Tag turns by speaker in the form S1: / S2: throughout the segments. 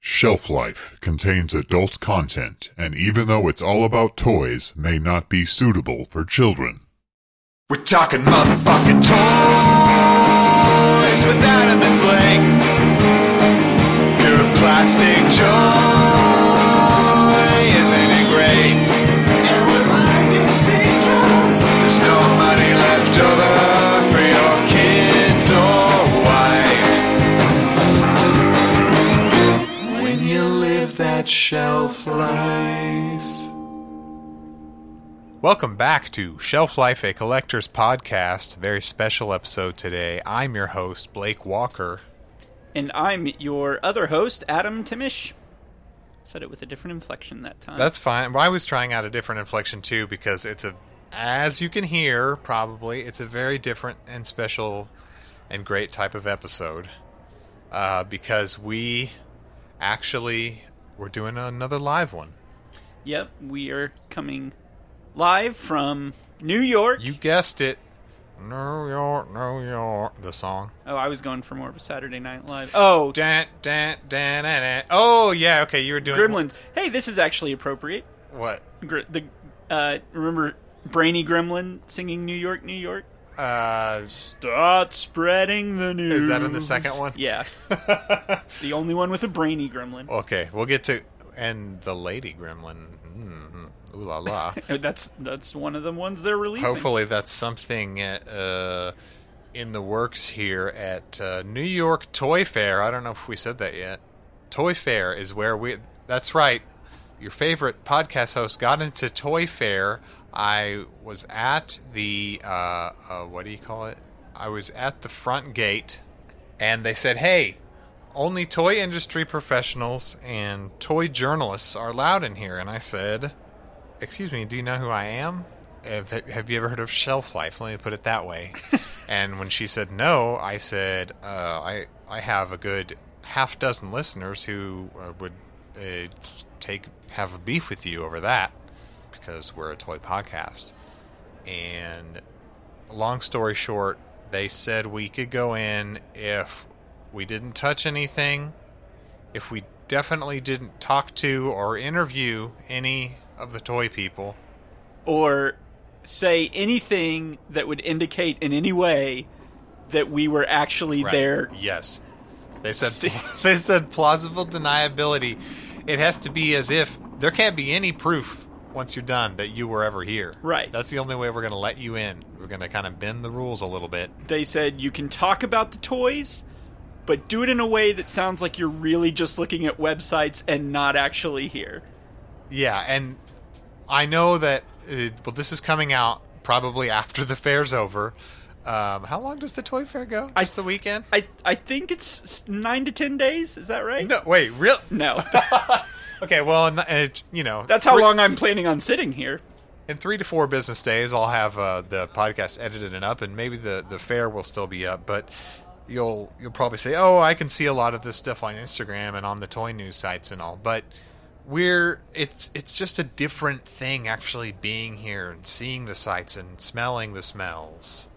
S1: Shelf Life contains adult content and even though it's all about toys, may not be suitable for children.
S2: We're talking motherfucking toys with Adam and Blake. You're a plastic joy, isn't it great? And we're finding secrets. There's no money left over for your kids or wife. When you live that shelf life.
S3: Welcome back to Shelf Life, a Collector's Podcast. Very special episode today. I'm your host, Blake Walker.
S4: And I'm your other host, Adam Timish. Said it with a different inflection that time.
S3: That's fine. Well, I was trying out a different inflection too because it's a, as you can hear, probably, it's a very different and special and great type of episode uh, because we actually we're doing another live one.
S4: yep. We are coming live from New York.
S3: You guessed it. New York, New York, the song.
S4: oh, I was going for more of a Saturday Night Live. Oh,
S3: Dan, dan, dan, dan, dan. Oh, yeah, okay, you were doing
S4: Gremlins. Hey, this is actually appropriate.
S3: What?
S4: Gr- the uh, remember Brainy Gremlin singing New York, New York.
S3: Uh,
S4: Start spreading the news.
S3: that in the second one? Oh.
S4: Yeah. the only one with a brainy gremlin.
S3: Okay, we'll get to and the lady gremlin. Mm, ooh la la.
S4: That's that's one of the ones they're releasing.
S3: Hopefully, that's something uh, in the works here at uh, New York Toy Fair. I don't know if we said that yet. Toy Fair is where we. That's right. Your favorite podcast host got into Toy Fair. I was at the uh, uh, what do you call it? I was at the front gate, and they said, "Hey, only toy industry professionals and toy journalists are allowed in here." And I said, excuse me, do you know who I am? Have, have you ever heard of shelf life? Let me put it that way. and when she said no, I said, uh, I, I have a good half dozen listeners who uh, would uh, take have a beef with you over that because we're a toy podcast. And long story short, they said we could go in if we didn't touch anything, if we definitely didn't talk to or interview any of the toy people.
S4: or say anything that would indicate in any way that we were actually there.
S3: Yes. They said they said plausible deniability. It has to be as if there can't be any proof once you're done that you were ever here.
S4: Right.
S3: That's the only way we're going to let you in. We're going to kind of bend the rules a little bit.
S4: They said you can talk about the toys, but do it in a way that sounds like you're really just looking at websites and not actually here.
S3: Yeah, and I know that. Uh, well, this is coming out probably after the fair's over. Um, how long does the toy fair go?
S4: I-
S3: Just the weekend?
S4: I I think it's s- nine to ten days. Is that right?
S3: no, wait, real?
S4: No.
S3: Okay, well, and, uh, you know,
S4: That's how
S3: three-
S4: long I'm planning on sitting here.
S3: In three to four business days, I'll have uh, the podcast edited and up, and maybe the the fair will still be up. But you'll you'll probably say, "Oh, I can see a lot of this stuff on Instagram and on the toy news sites and all." But we're it's it's just a different thing actually being here and seeing the sights and smelling the smells,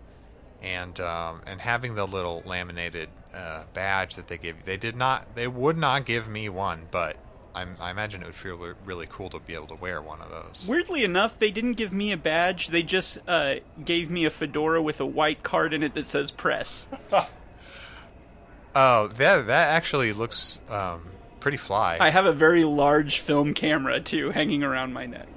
S3: and um, and having the little laminated uh, badge that they give you. They did not they would not give me one, but. I'm, I imagine it would feel re- really cool to be able to wear one of those.
S4: Weirdly enough, they didn't give me a badge. They just uh, gave me a fedora with a white card in it that says press.
S3: Oh, that that actually looks um, pretty fly.
S4: I have a very large film camera too hanging around my neck.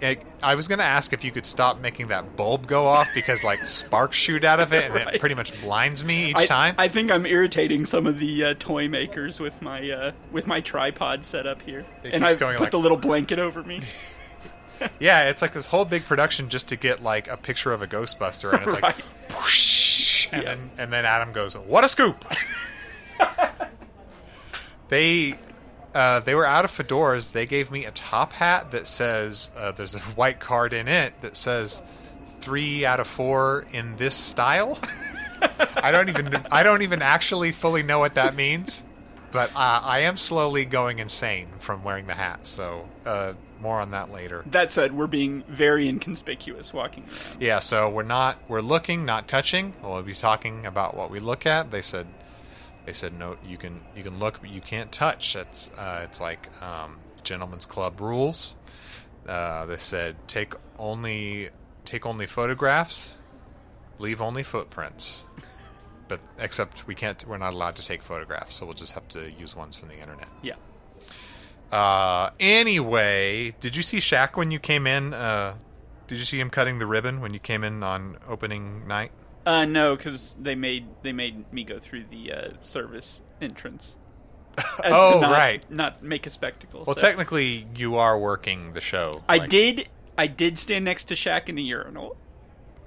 S3: I, I was gonna ask if you could stop making that bulb go off because like sparks shoot out of it and it
S4: Right.
S3: pretty much blinds me each
S4: I,
S3: time.
S4: I think I'm irritating some of the uh, toy makers with my uh, with my tripod setup here,
S3: It keeps
S4: and I put
S3: going like-
S4: the little blanket over me.
S3: yeah, it's like this whole big production just to get like a picture of a Ghostbuster, and it's like,
S4: Right.
S3: whoosh, and
S4: Yeah.
S3: then and then Adam goes, "What a scoop!" they uh, they were out of fedoras. They gave me a top hat that says uh, there's a white card in it that says three out of four in this style. I don't even I don't even actually fully know what that means, but uh, I am slowly going insane from wearing the hat. So uh, more on that later.
S4: That said, we're being very inconspicuous walking around.
S3: Yeah, so we're not we're looking, not touching. We'll be talking about what we look at. They said They said no, you can you can look, but you can't touch. That's uh, it's like um, gentlemen's club rules. Uh, they said take only take only photographs, leave only footprints. But except we can't, we're not allowed to take photographs, so we'll just have to use ones from the internet.
S4: Yeah.
S3: Uh, anyway, did you see Shaq when you came in? Uh, did you see him cutting the ribbon when you came in on opening night?
S4: Uh, no, because they made they made me go through the uh, service entrance. As
S3: Oh,
S4: not,
S3: right.
S4: Not make a spectacle.
S3: Well,
S4: so-
S3: technically, you are working the show.
S4: I
S3: Like-
S4: did. I did stand next to Shaq in a urinal.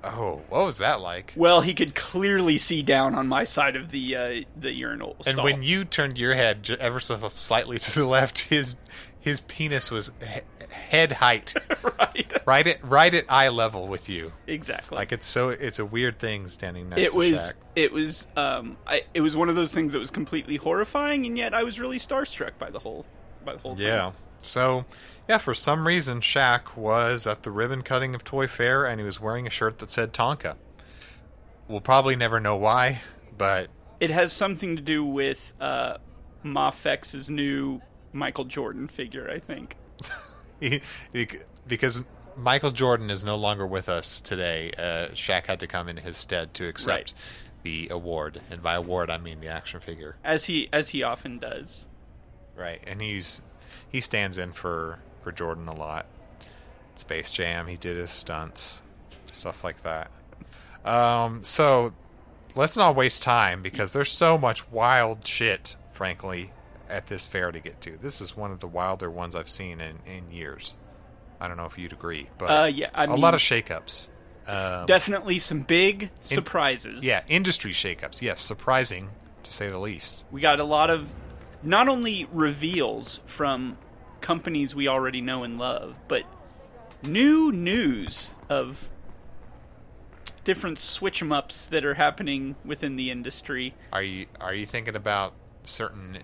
S3: Oh, what was that like?
S4: Well, he could clearly see down on my side of the uh, the urinal.
S3: And
S4: stall.
S3: when you turned your head ju- ever so slightly to the left, his his penis was he- head height,
S4: right,
S3: right at right at eye level with you.
S4: exactly.
S3: Like it's so it's a weird thing standing next
S4: it
S3: to Shaq.
S4: was it was um I, it was one of those things that was completely horrifying and yet I was really starstruck by the whole by the whole
S3: Yeah.
S4: thing.
S3: So, yeah, for some reason, Shaq was at the ribbon cutting of Toy Fair and he was wearing a shirt that said Tonka. We'll probably never know why, but
S4: It has something to do with uh Mafex's new Michael Jordan figure, I think.
S3: he, he- because Michael Jordan is no longer with us today, uh, Shaq had to come in his stead to accept the award. And by award, I mean the action figure.
S4: As he as he often does.
S3: Right. And he's he stands in for, for Jordan a lot. Space Jam, he did his stunts, stuff like that. Um, so let's not waste time because there's so much wild shit, frankly, at this fair to get to. This is one of the wilder ones I've seen in, in years. I don't know if you'd agree, but
S4: Uh, yeah, I
S3: a
S4: mean-
S3: lot of shakeups. Um,
S4: Definitely some big surprises.
S3: yeah, industry shakeups. Yes, surprising to say the least.
S4: We got a lot of not only reveals from companies we already know and love, but new news of different switch 'em ups that are happening within the industry.
S3: Are you are you thinking about certain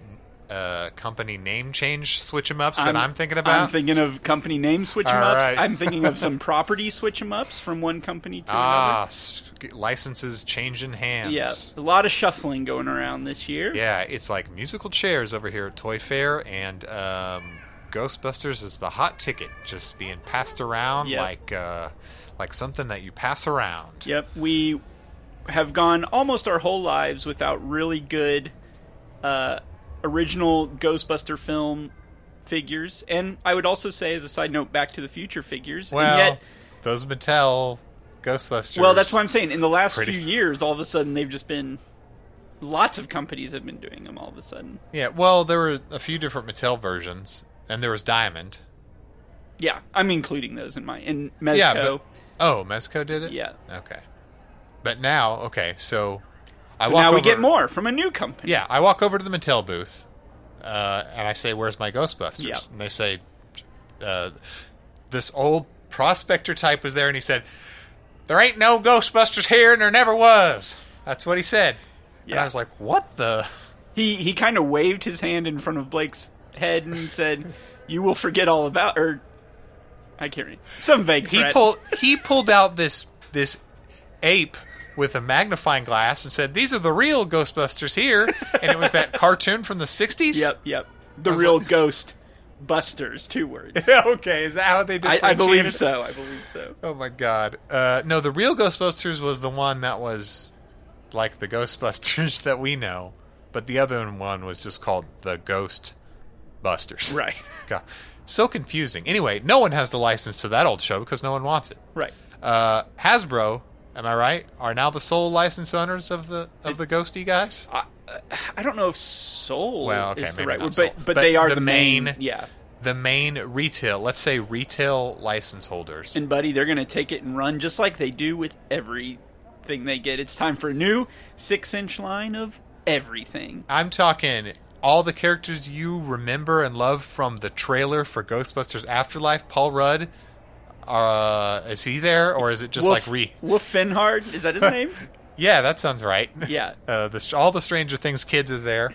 S3: uh, company name change switch em ups that I'm thinking about?
S4: I'm thinking of company name switch 'em
S3: All
S4: ups.
S3: right.
S4: I'm thinking of some property switch 'em ups from one company to
S3: ah, s- licenses changing hands.
S4: another. Yeah, a lot of shuffling going around this year.
S3: Yeah, it's like musical chairs over here at Toy Fair, and um, Ghostbusters is the hot ticket, just being passed around
S4: Yep.
S3: like uh, like something that you pass around.
S4: Yep, we have gone almost our whole lives without really good uh, original Ghostbuster film figures, and I would also say, as a side note, Back to the Future figures. and
S3: Well,
S4: yet-
S3: those Mattel Ghostbusters.
S4: well, that's what I'm saying. In the last
S3: Pretty-
S4: few years, all of a sudden, they've just been lots of companies have been doing them. All of a sudden,
S3: Yeah, well, there were a few different Mattel versions, and there was Diamond.
S4: yeah, I'm including those in my in Mezco.
S3: Yeah, but, oh, Mezco did it.
S4: Yeah.
S3: Okay. But now, okay, so I
S4: so
S3: walk
S4: now we
S3: over-
S4: get more from a new company.
S3: Yeah, I walk over to the Mattel booth, uh, and I say, "Where's my Ghostbusters?"
S4: Yeah.
S3: And they say, uh, "This old prospector type was there," and he said, "There ain't no Ghostbusters here, and there never was." That's what he said. And
S4: Yeah.
S3: I was like, "What the?"
S4: He he kind of waved his hand in front of Blake's head and said, "You will forget all about." Or I can't read some vague
S3: He
S4: threat.
S3: pulled he pulled out this this ape with a magnifying glass and said, "These are the real Ghostbusters here." And it was that cartoon from the '60s.
S4: Yep, yep. The real ghost busters. Two words.
S3: okay, is that how they
S4: I,
S3: differentiate
S4: I believe
S3: it?
S4: so. I believe so.
S3: Oh my god. Uh, no, the real Ghostbusters was the one that was like the Ghostbusters that we know, but the other one was just called the Ghost Busters.
S4: Right,
S3: God, so confusing. Anyway, no one has the license to that old show because no one wants it.
S4: right.
S3: Uh, Hasbro, am I right? Are now the sole license owners of the of the Ghosty guys?
S4: I, I don't know if soul
S3: Well, okay,
S4: is the
S3: maybe
S4: right
S3: not
S4: word,
S3: soul.
S4: but, but they are the, main,
S3: main-
S4: Yeah,
S3: The main retail, let's say retail license holders.
S4: and buddy, they're gonna take it and run just like they do with everything they get. It's time for a new six-inch line of everything.
S3: I'm talking all the characters you remember and love from the trailer for Ghostbusters Afterlife. Paul Rudd, uh, is he there or is it just
S4: Wolf,
S3: like re?
S4: Wolf Finhard is that his name?
S3: Yeah, that sounds right.
S4: Yeah.
S3: Uh, the, all the Stranger Things kids are there.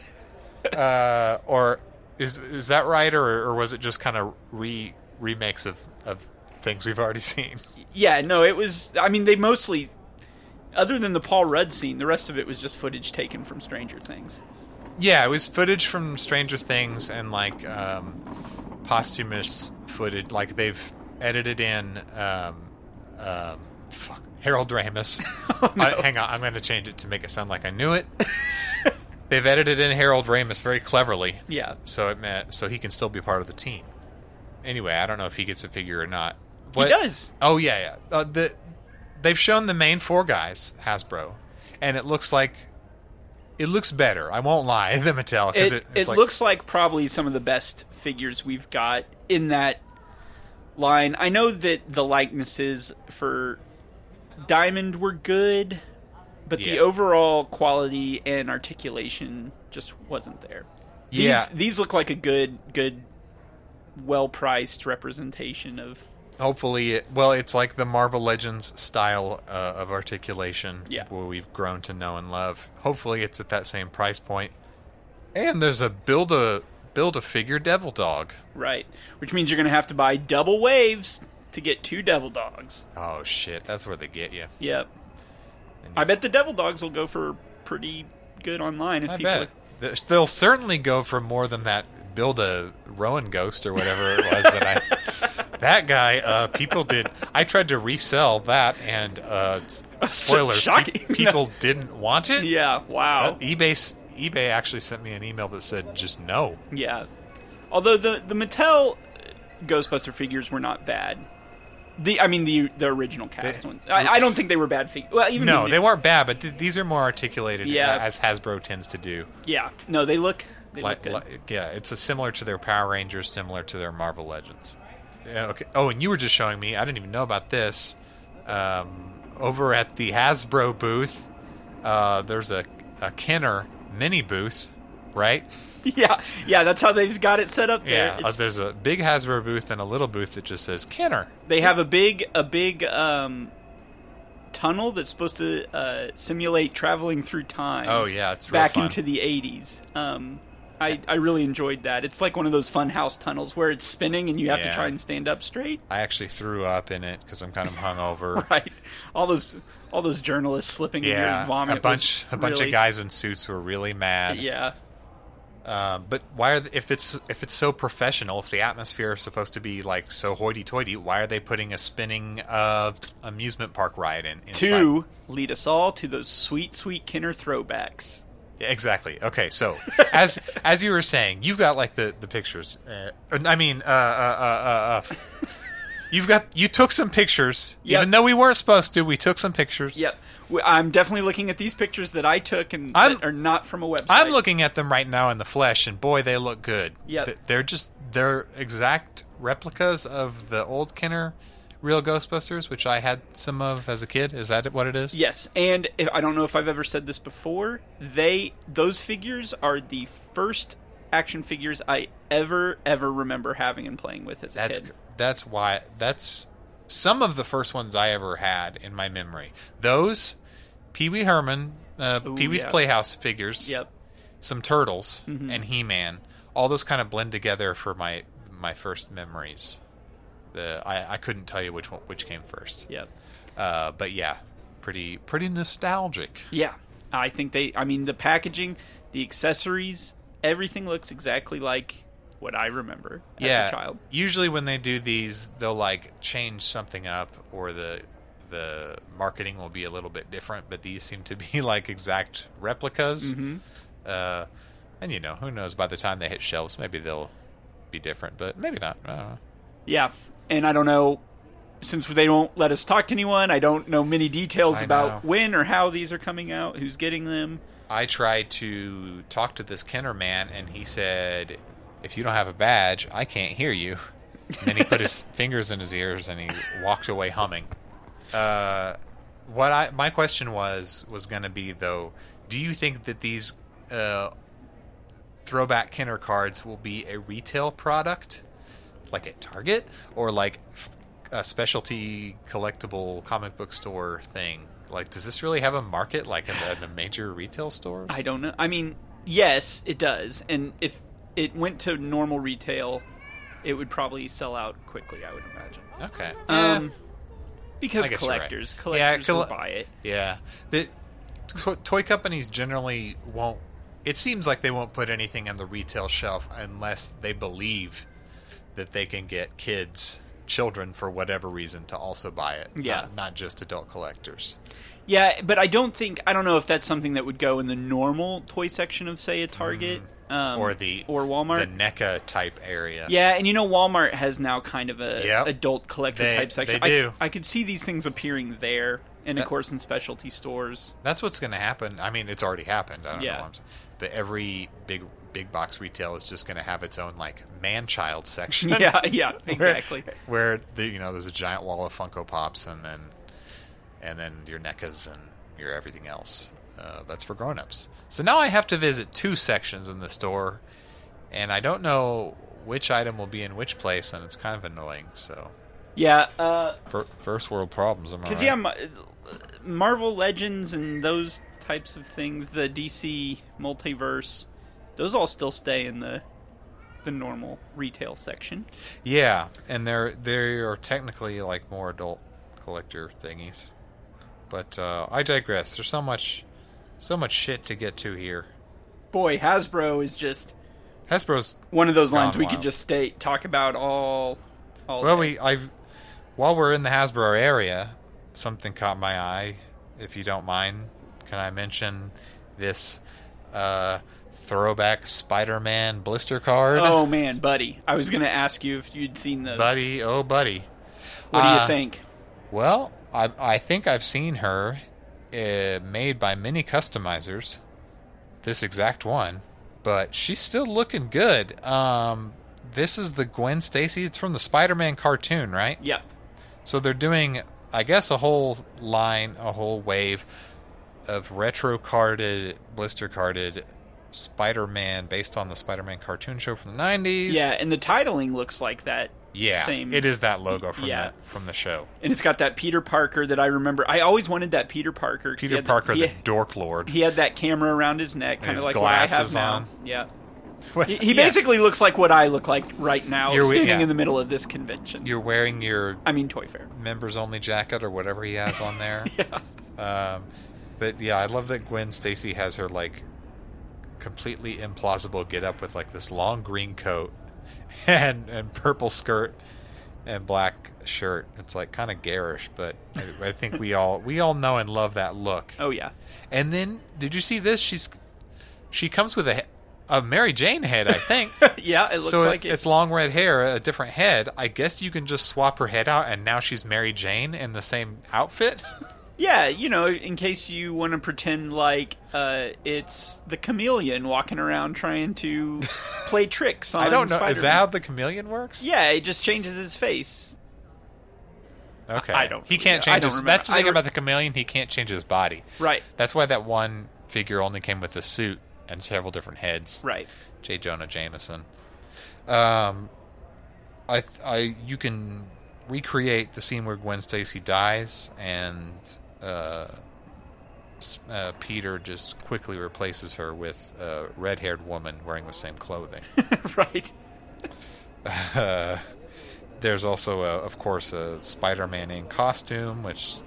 S3: Uh, or is is that right or, or was it just kind of re remakes of, of things we've already seen?
S4: Yeah, no, it was. I mean, they mostly, other than the Paul Rudd scene, the rest of it was just footage taken from Stranger Things.
S3: Yeah, it was footage from Stranger Things and like um, posthumous footage. Like they've edited in. Um, um, fuck, Harold Ramis.
S4: Oh,
S3: I- hang on, I'm going to change it to make it sound like I knew it. they've edited in Harold Ramis very cleverly,
S4: Yeah.
S3: so it meant so he can still be part of the team. Anyway, I don't know if he gets a figure or not.
S4: He does.
S3: Oh yeah, yeah. Uh, the they've shown the main four guys Hasbro, and it looks like it looks better. I won't lie, the Mattel
S4: It,
S3: because
S4: it,
S3: it, it's like,
S4: looks like probably some of the best figures we've got in that line. I know that the likenesses for Diamond were good, but the
S3: Yeah.
S4: overall quality and articulation just wasn't there. These,
S3: yeah.
S4: these look like a good, good, well-priced representation of
S3: hopefully, it, well, it's like the Marvel Legends style uh, of articulation,
S4: Yeah.
S3: where we've grown to know and love. Hopefully, it's at that same price point. And there's a build a build a figure Devil Dog.
S4: right, which means you're going to have to buy double waves to get two devil dogs.
S3: Oh shit, that's where they get you.
S4: Yep.
S3: And
S4: I bet the devil dogs will go for pretty good online if
S3: I
S4: people
S3: bet Th- they'll certainly go for more than that. Build a Rowan ghost or whatever it was that I. That guy, uh, people did. I tried to resell that, and uh, s- spoilers, pe-
S4: shocking.
S3: people didn't want it.
S4: Yeah, wow.
S3: Uh, eBay s- eBay actually sent me an email that said just no.
S4: yeah. Although the the Mattel uh, Ghostbuster figures were not bad. The I mean the the original cast
S3: They-
S4: ones. I, I don't think they were bad figures. Well, even
S3: No,
S4: the-
S3: they weren't bad, but th- these are more articulated
S4: Yeah.
S3: uh, as Hasbro tends to do.
S4: Yeah. No, they look they look
S3: Like,
S4: good.
S3: like- yeah, it's a similar to their Power Rangers, similar to their Marvel Legends. Yeah, okay. Oh, and you were just showing me. I didn't even know about this. Um, over at the Hasbro booth, uh, there's a, a Kenner mini booth, right?
S4: yeah. Yeah, that's how they've got it set up there.
S3: Yeah. uh,
S4: It's-
S3: there's a big Hasbro booth and a little booth that just says Kenner.
S4: they have a big a big um tunnel that's supposed to uh, simulate traveling through time.
S3: Oh yeah, it's real
S4: back
S3: fun.
S4: into the 80s. Um, I, I really enjoyed that. It's like one of those fun house tunnels where it's spinning and you have to
S3: Yeah.
S4: try and stand up straight.
S3: I actually threw up in it because I'm kind of hungover.
S4: Right. All those all those journalists slipping in here
S3: Yeah,
S4: and vomit.
S3: a bunch,
S4: was
S3: a bunch
S4: really-
S3: of guys in suits were really mad.
S4: Yeah.
S3: Uh, but why are th if it's if it's so professional, if the atmosphere is supposed to be like so hoity-toity, why are they putting a spinning uh, amusement park ride in? Inside?
S4: Two lead us all to those sweet sweet Kinner throwbacks.
S3: Yeah, exactly. Okay, so as as you were saying, you've got like the the pictures. Uh, I mean, uh, uh, uh, uh, uh, you've got you took some pictures,
S4: Yep.
S3: even though we weren't supposed to. We took some pictures.
S4: Yep. We- I'm definitely looking at these pictures that I took and
S3: I'm-
S4: that are not from a website.
S3: I'm looking at them right now in the flesh, and boy, they look good.
S4: Yep.
S3: Th- they're just they're exact replicas of the old Kenner real Ghostbusters, which I had some of as a kid. Is that what it is?
S4: Yes, and if, I don't know if I've ever said this before. They those figures are the first action figures I ever ever remember having and playing with as a
S3: that's
S4: kid.
S3: that's why that's some of the first ones I ever had in my memory. Those Pee Wee Herman, uh,
S4: Ooh,
S3: Pee Wee's
S4: yeah.
S3: Playhouse figures,
S4: Yep. Mm-hmm.
S3: some turtles, and He Man. All those kind of blend together for my my first memories. The I, I couldn't tell you which one which came first.
S4: Yep.
S3: Uh, but yeah, pretty pretty nostalgic.
S4: Yeah. I think they I mean the packaging, the accessories, everything looks exactly like what I remember as
S3: yeah.
S4: a child.
S3: Usually when they do these, they'll like change something up, or the the marketing will be a little bit different. But these seem to be like exact replicas.
S4: Mm-hmm.
S3: Uh, and you know, who knows? By the time they hit shelves, maybe they'll be different, but maybe not. I don't know.
S4: Yeah. And I don't know since they don't let us talk to anyone, I don't know many details
S3: I
S4: about
S3: know.
S4: when or how these are coming out, who's getting them.
S3: I tried to talk to this Kenner man, and he said, "If you don't have a badge, I can't hear you." And then he put his fingers in his ears and he walked away humming. Uh, what I my question was was going to be though, do you think that these uh, throwback Kenner cards will be a retail product, like at Target, or like f- a specialty collectible comic book store thing? Like, does this really have a market like in the, in the major retail stores?
S4: I don't know. I mean, yes, it does. And if it went to normal retail, it would probably sell out quickly, I would imagine.
S3: Okay.
S4: Um,
S3: Eh, I
S4: because
S3: guess you're right.
S4: collectors,
S3: Yeah,
S4: collectors will
S3: colle-
S4: buy it.
S3: yeah. The to- toy companies generally won't it seems like they won't put anything on the retail shelf unless they believe that they can get kids, children for whatever reason, to also buy it.
S4: Yeah.
S3: not, not just adult collectors.
S4: Yeah, but I don't think I don't know if that's something that would go in the normal toy section of say a Target um,
S3: Hmm. or the
S4: or Walmart.
S3: the NECA type area.
S4: yeah, and you know Walmart has now kind of a
S3: Yep.
S4: adult collector
S3: They-
S4: type section.
S3: they do.
S4: I, I could see these things appearing there, and of
S3: That-
S4: course in specialty stores.
S3: that's what's going to happen. I mean, it's already happened. I don't
S4: Yeah.
S3: know. What I'm saying. But every big big box retail is just going to have its own like man child section.
S4: Yeah, yeah,
S3: where-
S4: exactly.
S3: Where, the, you know there's a giant wall of Funko Pops, and then and then your NECAs and your everything else. Uh, that's for grown-ups. So now I have to visit two sections in the store, and I don't know which item will be in which place, and it's kind of annoying. So
S4: Yeah, uh,
S3: fir- first world problems. Am I
S4: Because
S3: right?
S4: yeah, Ma- Marvel Legends and those types of things, the DC multiverse, those all still stay in the the normal retail section.
S3: Yeah, and they're they are technically like more adult collector thingies. But uh, I digress. There's so much, so much shit to get to here.
S4: Boy, Hasbro is just
S3: Hasbro's
S4: one of those
S3: Gone
S4: lines we could
S3: wild.
S4: just stay talk about all. all
S3: well.
S4: day.
S3: We I've while we're in the Hasbro area, something caught my eye. If you don't mind, can I mention this uh, throwback Spider-Man blister card,
S4: Oh man, buddy! I was gonna ask you if you'd seen those.
S3: buddy? Oh, buddy.
S4: what do
S3: uh,
S4: you think?
S3: Well, I, I think I've seen her uh, made by many customizers, this exact one, but she's still looking good. Um, this is the Gwen Stacy. It's from the Spider Man cartoon, right?
S4: Yeah,
S3: So they're doing, I guess, a whole line, a whole wave of retro carded, blister carded Spider Man based on the Spider Man cartoon show from the 90s.
S4: yeah, and the titling looks like that,
S3: Yeah.
S4: same-
S3: It is that logo from,
S4: Yeah.
S3: the, from the show.
S4: and it's got that Peter Parker that I remember. I always wanted that Peter Parker. 'cause he
S3: Peter
S4: had
S3: Parker,
S4: he-
S3: the Dork Lord.
S4: He had that camera around his neck, kind of
S3: His
S4: like what I have
S3: glasses
S4: now.
S3: on.
S4: Yeah.
S3: Well,
S4: He, he
S3: yes.
S4: basically looks like what I look like right now,
S3: You're wi-
S4: standing
S3: yeah.
S4: in the middle of this convention.
S3: you're wearing your
S4: I mean, Toy Fair.
S3: members only jacket or whatever he has on there. Um, but yeah, I love that Gwen Stacy has her like completely implausible get up with like this long green coat and and purple skirt and black shirt. It's like kind of garish, but I, I think we all we all know and love that look.
S4: Oh yeah,
S3: And then did you see this? She's she comes with a he- a Mary Jane head, I think.
S4: yeah. It looks
S3: so
S4: like
S3: it-
S4: it.
S3: it's long red hair, a different head. I guess you can just swap her head out, and now she's Mary Jane in the same outfit.
S4: Yeah, you know, in case you want to pretend like uh, it's the chameleon walking around trying to play tricks on.
S3: I don't know.
S4: Spider-Man.
S3: Is that how the chameleon works?
S4: Yeah, it just changes his face.
S3: Okay.
S4: I don't
S3: He
S4: really
S3: can't
S4: know. I
S3: change
S4: don't
S3: his.
S4: remember.
S3: That's the
S4: I
S3: thing
S4: re-
S3: about the chameleon. He can't change his body.
S4: Right.
S3: That's why that one figure only came with a suit and several different heads.
S4: Right.
S3: J. Jonah Jameson. Um, I, th- I, you can recreate the scene where Gwen Stacy dies and uh, s- uh, Peter just quickly replaces her with a red-haired woman wearing the same clothing.
S4: right.
S3: uh, there's also, a, of course, a Spider-Man in costume, which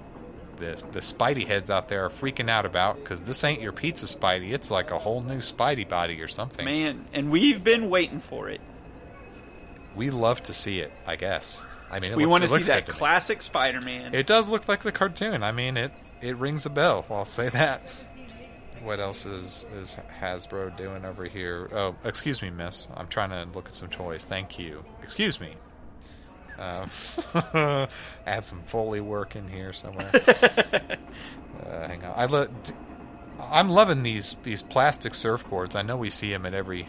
S3: the the Spidey heads out there are freaking out about because this ain't your pizza Spidey. It's like a whole new Spidey body or something.
S4: Man, and we've been waiting for it.
S3: We love to see it, I guess. I mean, it
S4: we
S3: looks,
S4: want
S3: it
S4: to see
S3: looks
S4: that
S3: good to me.
S4: classic Spider-Man.
S3: It does look like the cartoon. I mean, it it rings a bell. I'll say that. What else is is Hasbro doing over here? Oh, excuse me, miss. I'm trying to look at some toys. Thank you. Excuse me. Um, add some Foley work in here somewhere. uh, hang on. I lo- d- I'm loving these these plastic surfboards. I know we see them at every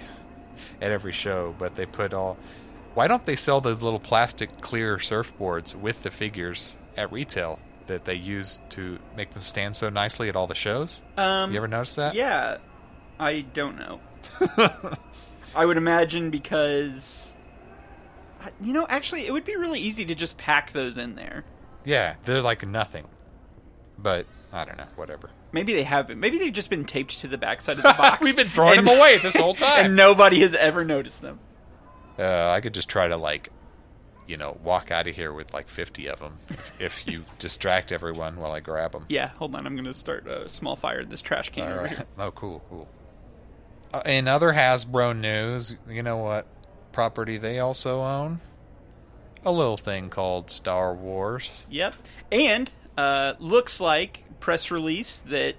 S3: at every show, but they put all. Why don't they sell those little plastic clear surfboards with the figures at retail that they use to make them stand so nicely at all the shows?
S4: um,
S3: you ever notice that?
S4: Yeah, I don't know. I would imagine because you know, actually, it would be really easy to just pack those in there.
S3: Yeah, they're like nothing. But I don't know. Whatever.
S4: Maybe they haven't. Maybe they've just been taped to the backside of the box.
S3: We've been throwing them away this whole time.
S4: and nobody has ever noticed them.
S3: Uh, I could just try to like, you know, walk out of here with like 50 of them if, if you distract everyone while I grab them.
S4: Yeah, hold on. I'm going to start a small fire in this trash can.
S3: All
S4: over
S3: right.
S4: here.
S3: Oh, cool, cool. Uh, In other Hasbro news, you know what property they also own? A little thing called Star Wars.
S4: Yep. And uh, looks like press release that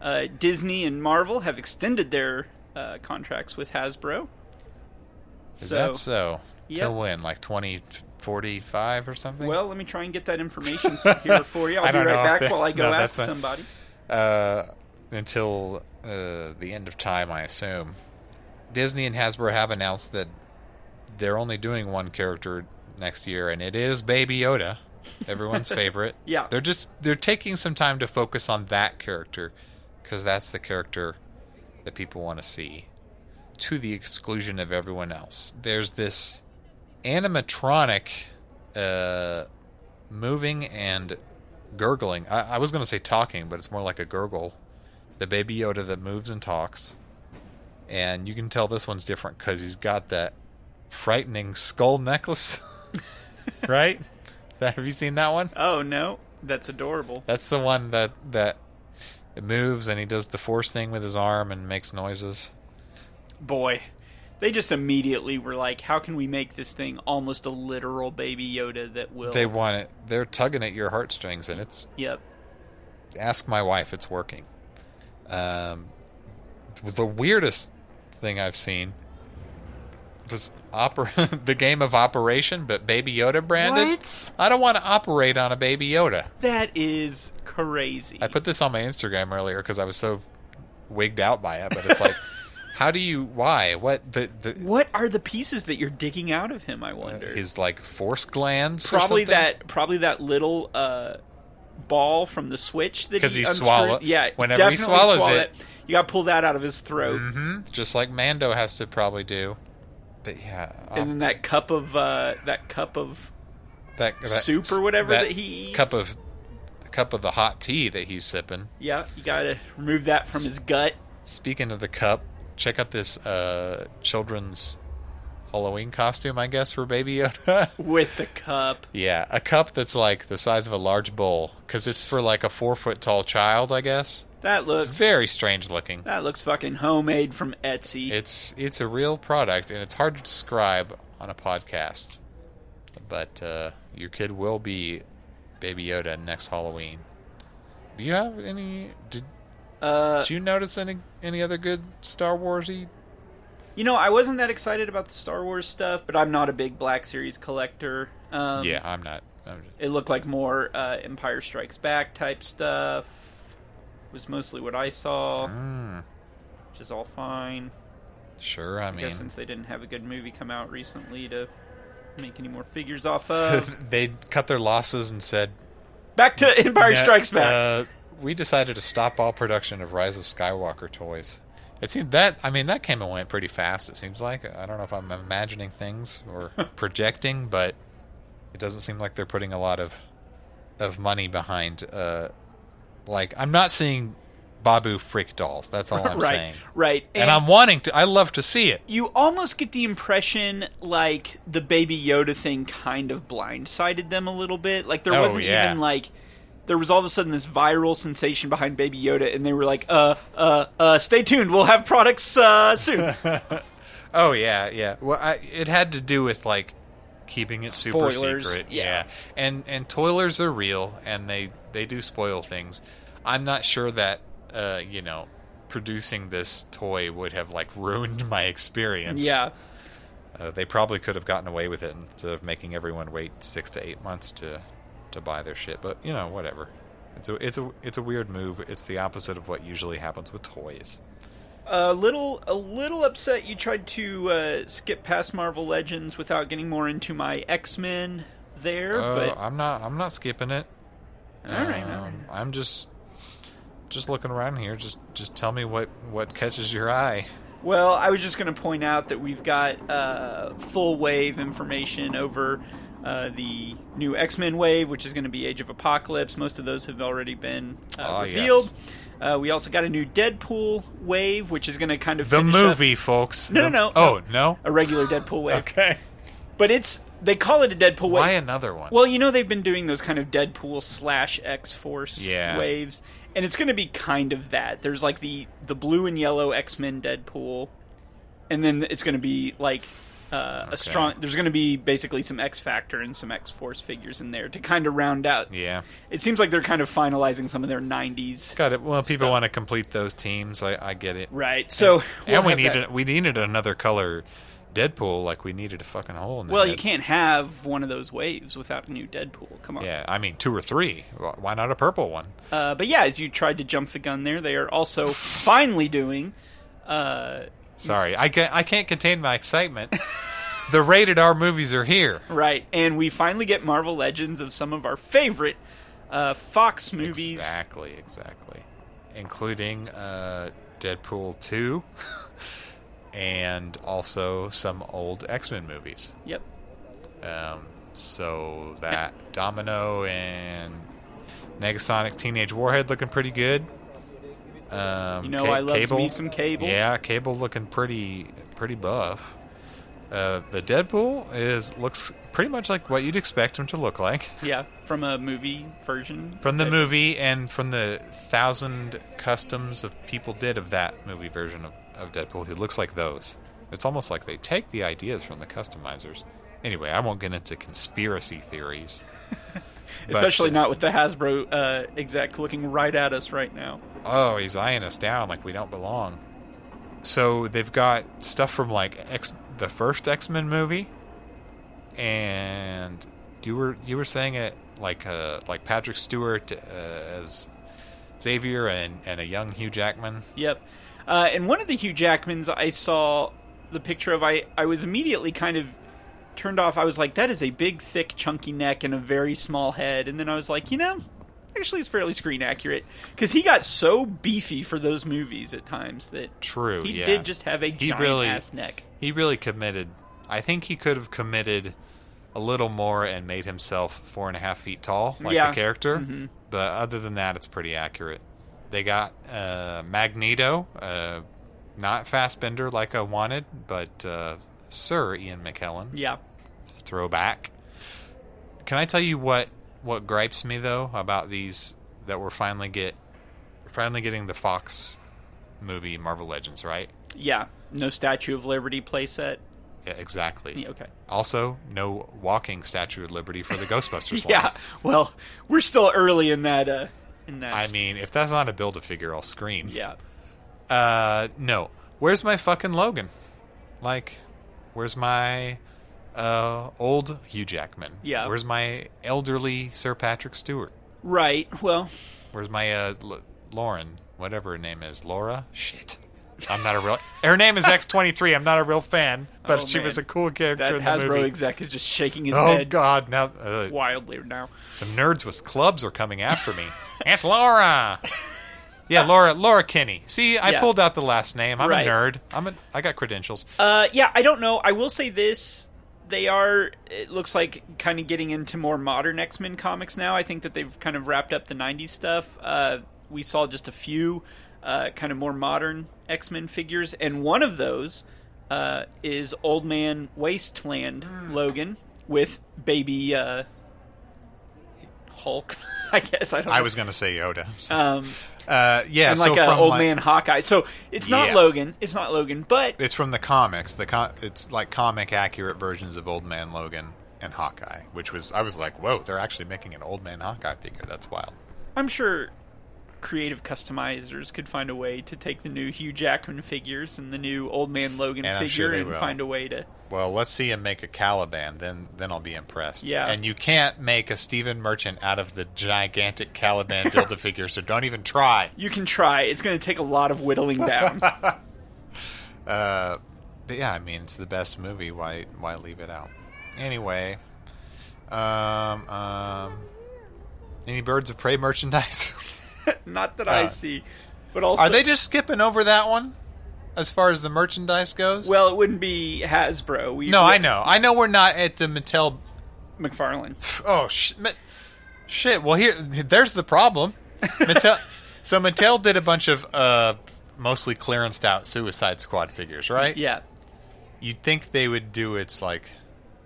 S4: uh, Disney and Marvel have extended their uh, contracts with Hasbro.
S3: Is
S4: So-
S3: that so?
S4: Yep.
S3: To when? Like 2045 or something?
S4: Well, let me try and get that information f- here for you. I'll
S3: I
S4: be
S3: don't
S4: right
S3: know if
S4: back
S3: that-
S4: while I go
S3: no,
S4: ask
S3: that's fine.
S4: somebody.
S3: uh, until uh, the end of time, I assume. Disney and Hasbro have announced that they're only doing one character next year, and it is Baby Yoda, everyone's favorite.
S4: Yeah.
S3: they're just they're taking some time to focus on that character because that's the character that people want to see, to the exclusion of everyone else. There's this animatronic uh, moving and gurgling. I, I was going to say talking, but it's more like a gurgle. The baby Yoda that moves and talks. And you can tell this one's different because he's got that frightening skull necklace. right? That, have you seen that one?
S4: Oh no, that's adorable.
S3: That's the one that that it moves and he does the force thing with his arm and makes noises.
S4: Boy, they just immediately were like, "How can we make this thing almost a literal Baby Yoda that will?"
S3: They want it. They're tugging at your heartstrings, and it's
S4: Yep.
S3: ask my wife it's working um, the weirdest thing i've seen was oper- the game of operation but baby yoda branded
S4: What?
S3: i don't want to operate on a baby yoda
S4: That is crazy.
S3: i put this on my instagram earlier because i was so wigged out by it but it's like how do you why what the, the
S4: what are the pieces that you're digging out of him? I wonder.
S3: Uh, his like force glands or
S4: probably
S3: something?
S4: that probably that little uh, ball from the switch that
S3: 'Cause
S4: he,
S3: he
S4: unscrewed.
S3: swallow-
S4: Yeah,
S3: whenever he
S4: definitely
S3: swallows
S4: swallow
S3: it.
S4: You got to pull that out of his throat,
S3: hmm just like mando has to probably do but yeah
S4: and then that cup of uh, that cup of
S3: that, that
S4: soup or whatever that he
S3: cup
S4: eats.
S3: of cup of the hot tea that he's sipping.
S4: yeah. You got to remove that from his gut.
S3: Speaking of the cup, check out this uh, children's Halloween costume, I guess, for Baby Yoda.
S4: with the cup.
S3: yeah, a cup that's like the size of a large bowl because it's for like a four foot tall child, I guess.
S4: That looks
S3: It's very strange looking.
S4: that looks fucking homemade from Etsy.
S3: It's it's a real product and it's hard to describe on a podcast, but uh, your kid will be Baby Yoda next Halloween. Do you have any? Did
S4: uh,
S3: Did you notice any any other good Star Warsy?
S4: you know, I wasn't that excited about the Star Wars stuff, but I'm not a big Black Series collector. Um,
S3: yeah, I'm not. I'm just,
S4: it looked like more uh, Empire Strikes Back type stuff. Was mostly what I saw,
S3: mm,
S4: which is all fine.
S3: sure, I
S4: I,
S3: mean,
S4: guess since they didn't have a good movie come out recently to make any more figures off of.
S3: they cut their losses and said
S4: Back to Empire
S3: "Nah,
S4: Strikes Back.
S3: Uh, we decided to stop all production of Rise of Skywalker toys. It seemed that I mean that came and went pretty fast. It seems like I don't know if I'm imagining things or projecting, but it doesn't seem like they're putting a lot of of money behind. Uh, like I'm not seeing Babu freak dolls. That's all I'm
S4: right,
S3: saying.
S4: right.
S3: and I'm wanting to. I love to see it.
S4: you almost get the impression like the baby yoda thing kind of blindsided them a little bit like there
S3: Oh,
S4: wasn't
S3: yeah.
S4: even like there was all of a sudden this viral sensation behind baby yoda and they were like uh uh uh stay tuned we'll have products uh soon
S3: Oh yeah, yeah. Well, I, it had to do with like keeping it super
S4: Spoilers,
S3: secret.
S4: yeah.
S3: and and toilers are real, and they they do spoil things. I'm not sure that uh, you know producing this toy would have like ruined my experience.
S4: yeah
S3: uh, they probably could have gotten away with it instead of making everyone wait six to eight months to to buy their shit. But you know, whatever. It's a it's a it's a weird move. It's the opposite of what usually happens with toys.
S4: a little a little upset you tried to uh skip past marvel legends without getting more into my x-men there
S3: Uh,
S4: but
S3: I'm not. I'm not skipping it.
S4: all right all right
S3: Um, I'm just just looking around here. Just just tell me what what catches your eye.
S4: Well, I was just going to point out that we've got uh, full wave information over uh, the new X Men wave, which is going to be Age of Apocalypse. Most of those have already been uh,
S3: Ah,
S4: revealed. Uh, we also got a new Deadpool wave, which is going to kind of
S3: The
S4: finish up
S3: movie, folks.
S4: No,
S3: The-
S4: no, no.
S3: Oh no.
S4: a regular Deadpool wave.
S3: Okay.
S4: But it's they call it a Deadpool wave.
S3: Why another one?
S4: Well, you know they've been doing those kind of Deadpool slash X Force
S3: Yeah.
S4: waves, and it's going to be kind of that. There's like the the blue and yellow X Men Deadpool, and then it's going to be like uh, a strong. There's going to be basically some X Factor and some X Force figures in there to kind of round out.
S3: Yeah.
S4: It seems like they're kind of finalizing some of their '90s.
S3: Got it. Well, people want to complete those teams. I, I get it.
S4: Right. So we'll
S3: and we
S4: have that.
S3: needed we needed another color Deadpool. Like we needed a fucking hole in the
S4: Well,
S3: head.
S4: you can't have one of those waves without a new Deadpool. Come on.
S3: Yeah, I mean two or three. Wh- Why not a purple one?
S4: Uh, but yeah, as you tried to jump the gun there, they are also finally doing. Uh,
S3: Sorry, I can't. I can't contain my excitement. the rated R movies are here.
S4: Right, and we finally get Marvel Legends of some of our favorite uh, Fox movies.
S3: Exactly, exactly. Including uh, Deadpool 2 and also some old X Men movies.
S4: Yep.
S3: Um, so that Domino and Negasonic Teenage Warhead looking pretty good. Um,
S4: You know
S3: Ca-
S4: I loves
S3: Cable.
S4: me some Cable.
S3: Yeah, Cable looking pretty pretty buff. Uh, the Deadpool is looks pretty much like what you'd expect him to look like
S4: Yeah, from a movie version.
S3: from the
S4: that-
S3: movie and from the thousand customs of people did of that movie version of, of Deadpool. He looks like those. It's almost like they take the ideas from the customizers. Anyway, I won't get into conspiracy theories. But,
S4: Especially
S3: uh,
S4: not with the Hasbro uh, exec looking right at us right now.
S3: oh, he's eyeing us down like we don't belong. So they've got stuff from like X, the first X Men movie, and you were you were saying it like uh, like Patrick Stewart uh, as Xavier and and a young Hugh Jackman.
S4: Yep. Uh, and one of the Hugh Jackmans I saw the picture of, I, I was immediately kind of turned off. I was like, that is a big, thick, chunky neck and a very small head. And then I was like, you know, actually, it's fairly screen accurate because he got so beefy for those movies at times that
S3: True.
S4: he
S3: yeah.
S4: did just have a giant
S3: really-
S4: ass neck.
S3: He really committed. I think he could have committed a little more and made himself four and a half feet tall, like
S4: Yeah. Mm-hmm.
S3: the character. But other than that, it's pretty accurate. They got uh, Magneto, uh, not Fassbender like I wanted, but uh, Sir Ian McKellen.
S4: Yeah.
S3: Throwback. Can I tell you what what gripes me though about these that we're finally get we're finally getting the Fox movie Marvel Legends right?
S4: Yeah. No Statue of Liberty playset.
S3: Yeah, exactly.
S4: Yeah, okay.
S3: Also, no walking Statue of Liberty for the Ghostbusters line.
S4: Yeah. Well, we're still early in that. Uh, in that.
S3: I
S4: s-
S3: mean, if that's not a build a figure, I'll scream.
S4: Yeah.
S3: Uh, no. Where's my fucking Logan? Like, where's my uh old Hugh Jackman?
S4: Yeah.
S3: Where's my elderly Sir Patrick Stewart?
S4: Right. Well,
S3: Where's my uh L- Lauren, whatever her name is, Laura? Shit. I'm not a real. Her name is X23. I'm not a real fan, but
S4: Oh,
S3: she was a
S4: man.
S3: cool character
S4: that
S3: in the
S4: Hasbro
S3: movie.
S4: exec is just shaking his
S3: oh
S4: head
S3: God! Now, uh,
S4: wildly now.
S3: Some nerds with clubs are coming after me. That's Laura. Yeah, Laura Laura Kinney. See, I
S4: Yeah.
S3: pulled out the last name. I'm
S4: Right.
S3: a nerd. I'm a I got credentials.
S4: Uh, yeah, I don't know. I will say this: they are. It looks like kind of getting into more modern X Men comics now. I think that they've kind of wrapped up the '90s stuff. Uh, we saw just a few uh, kind of more modern X Men figures, and one of those uh, is Old Man Wasteland Logan with baby uh, Hulk. I guess I don't.
S3: I
S4: know.
S3: was gonna say Yoda.
S4: Um,
S3: Uh, yeah,
S4: and
S3: so
S4: like a
S3: from
S4: old
S3: like,
S4: man Hawkeye. So it's not
S3: Yeah.
S4: Logan. It's not Logan, but
S3: it's from the comics. The com- it's like comic accurate versions of Old Man Logan and Hawkeye, which was I was like, whoa, they're actually making an Old Man Hawkeye figure. That's wild.
S4: I'm sure creative customizers could find a way to take the new Hugh Jackman figures and the new Old Man Logan
S3: And I'm
S4: figure
S3: sure they
S4: and
S3: will.
S4: find a way to.
S3: Well, let's see him make a Caliban, then then I'll be impressed.
S4: Yeah.
S3: And you can't make a Steven Merchant out of the gigantic Caliban Dilda figure, so don't even try.
S4: You can try. It's going to take a lot of whittling down.
S3: Uh, but yeah, I mean it's the best movie. Why why leave it out? Anyway, um, um, any Birds of Prey merchandise?
S4: Not that
S3: Uh,
S4: I see, but also
S3: Are they just skipping over that one as far as the merchandise goes?
S4: well, it wouldn't be Hasbro. We,
S3: no, I know, I know we're not at the Mattel.
S4: McFarlane.
S3: Oh sh- ma- shit! Well, here there's the problem. Mattel. so Mattel did a bunch of uh, mostly clearanced out Suicide Squad figures, right?
S4: Yeah,
S3: You'd think they would do its like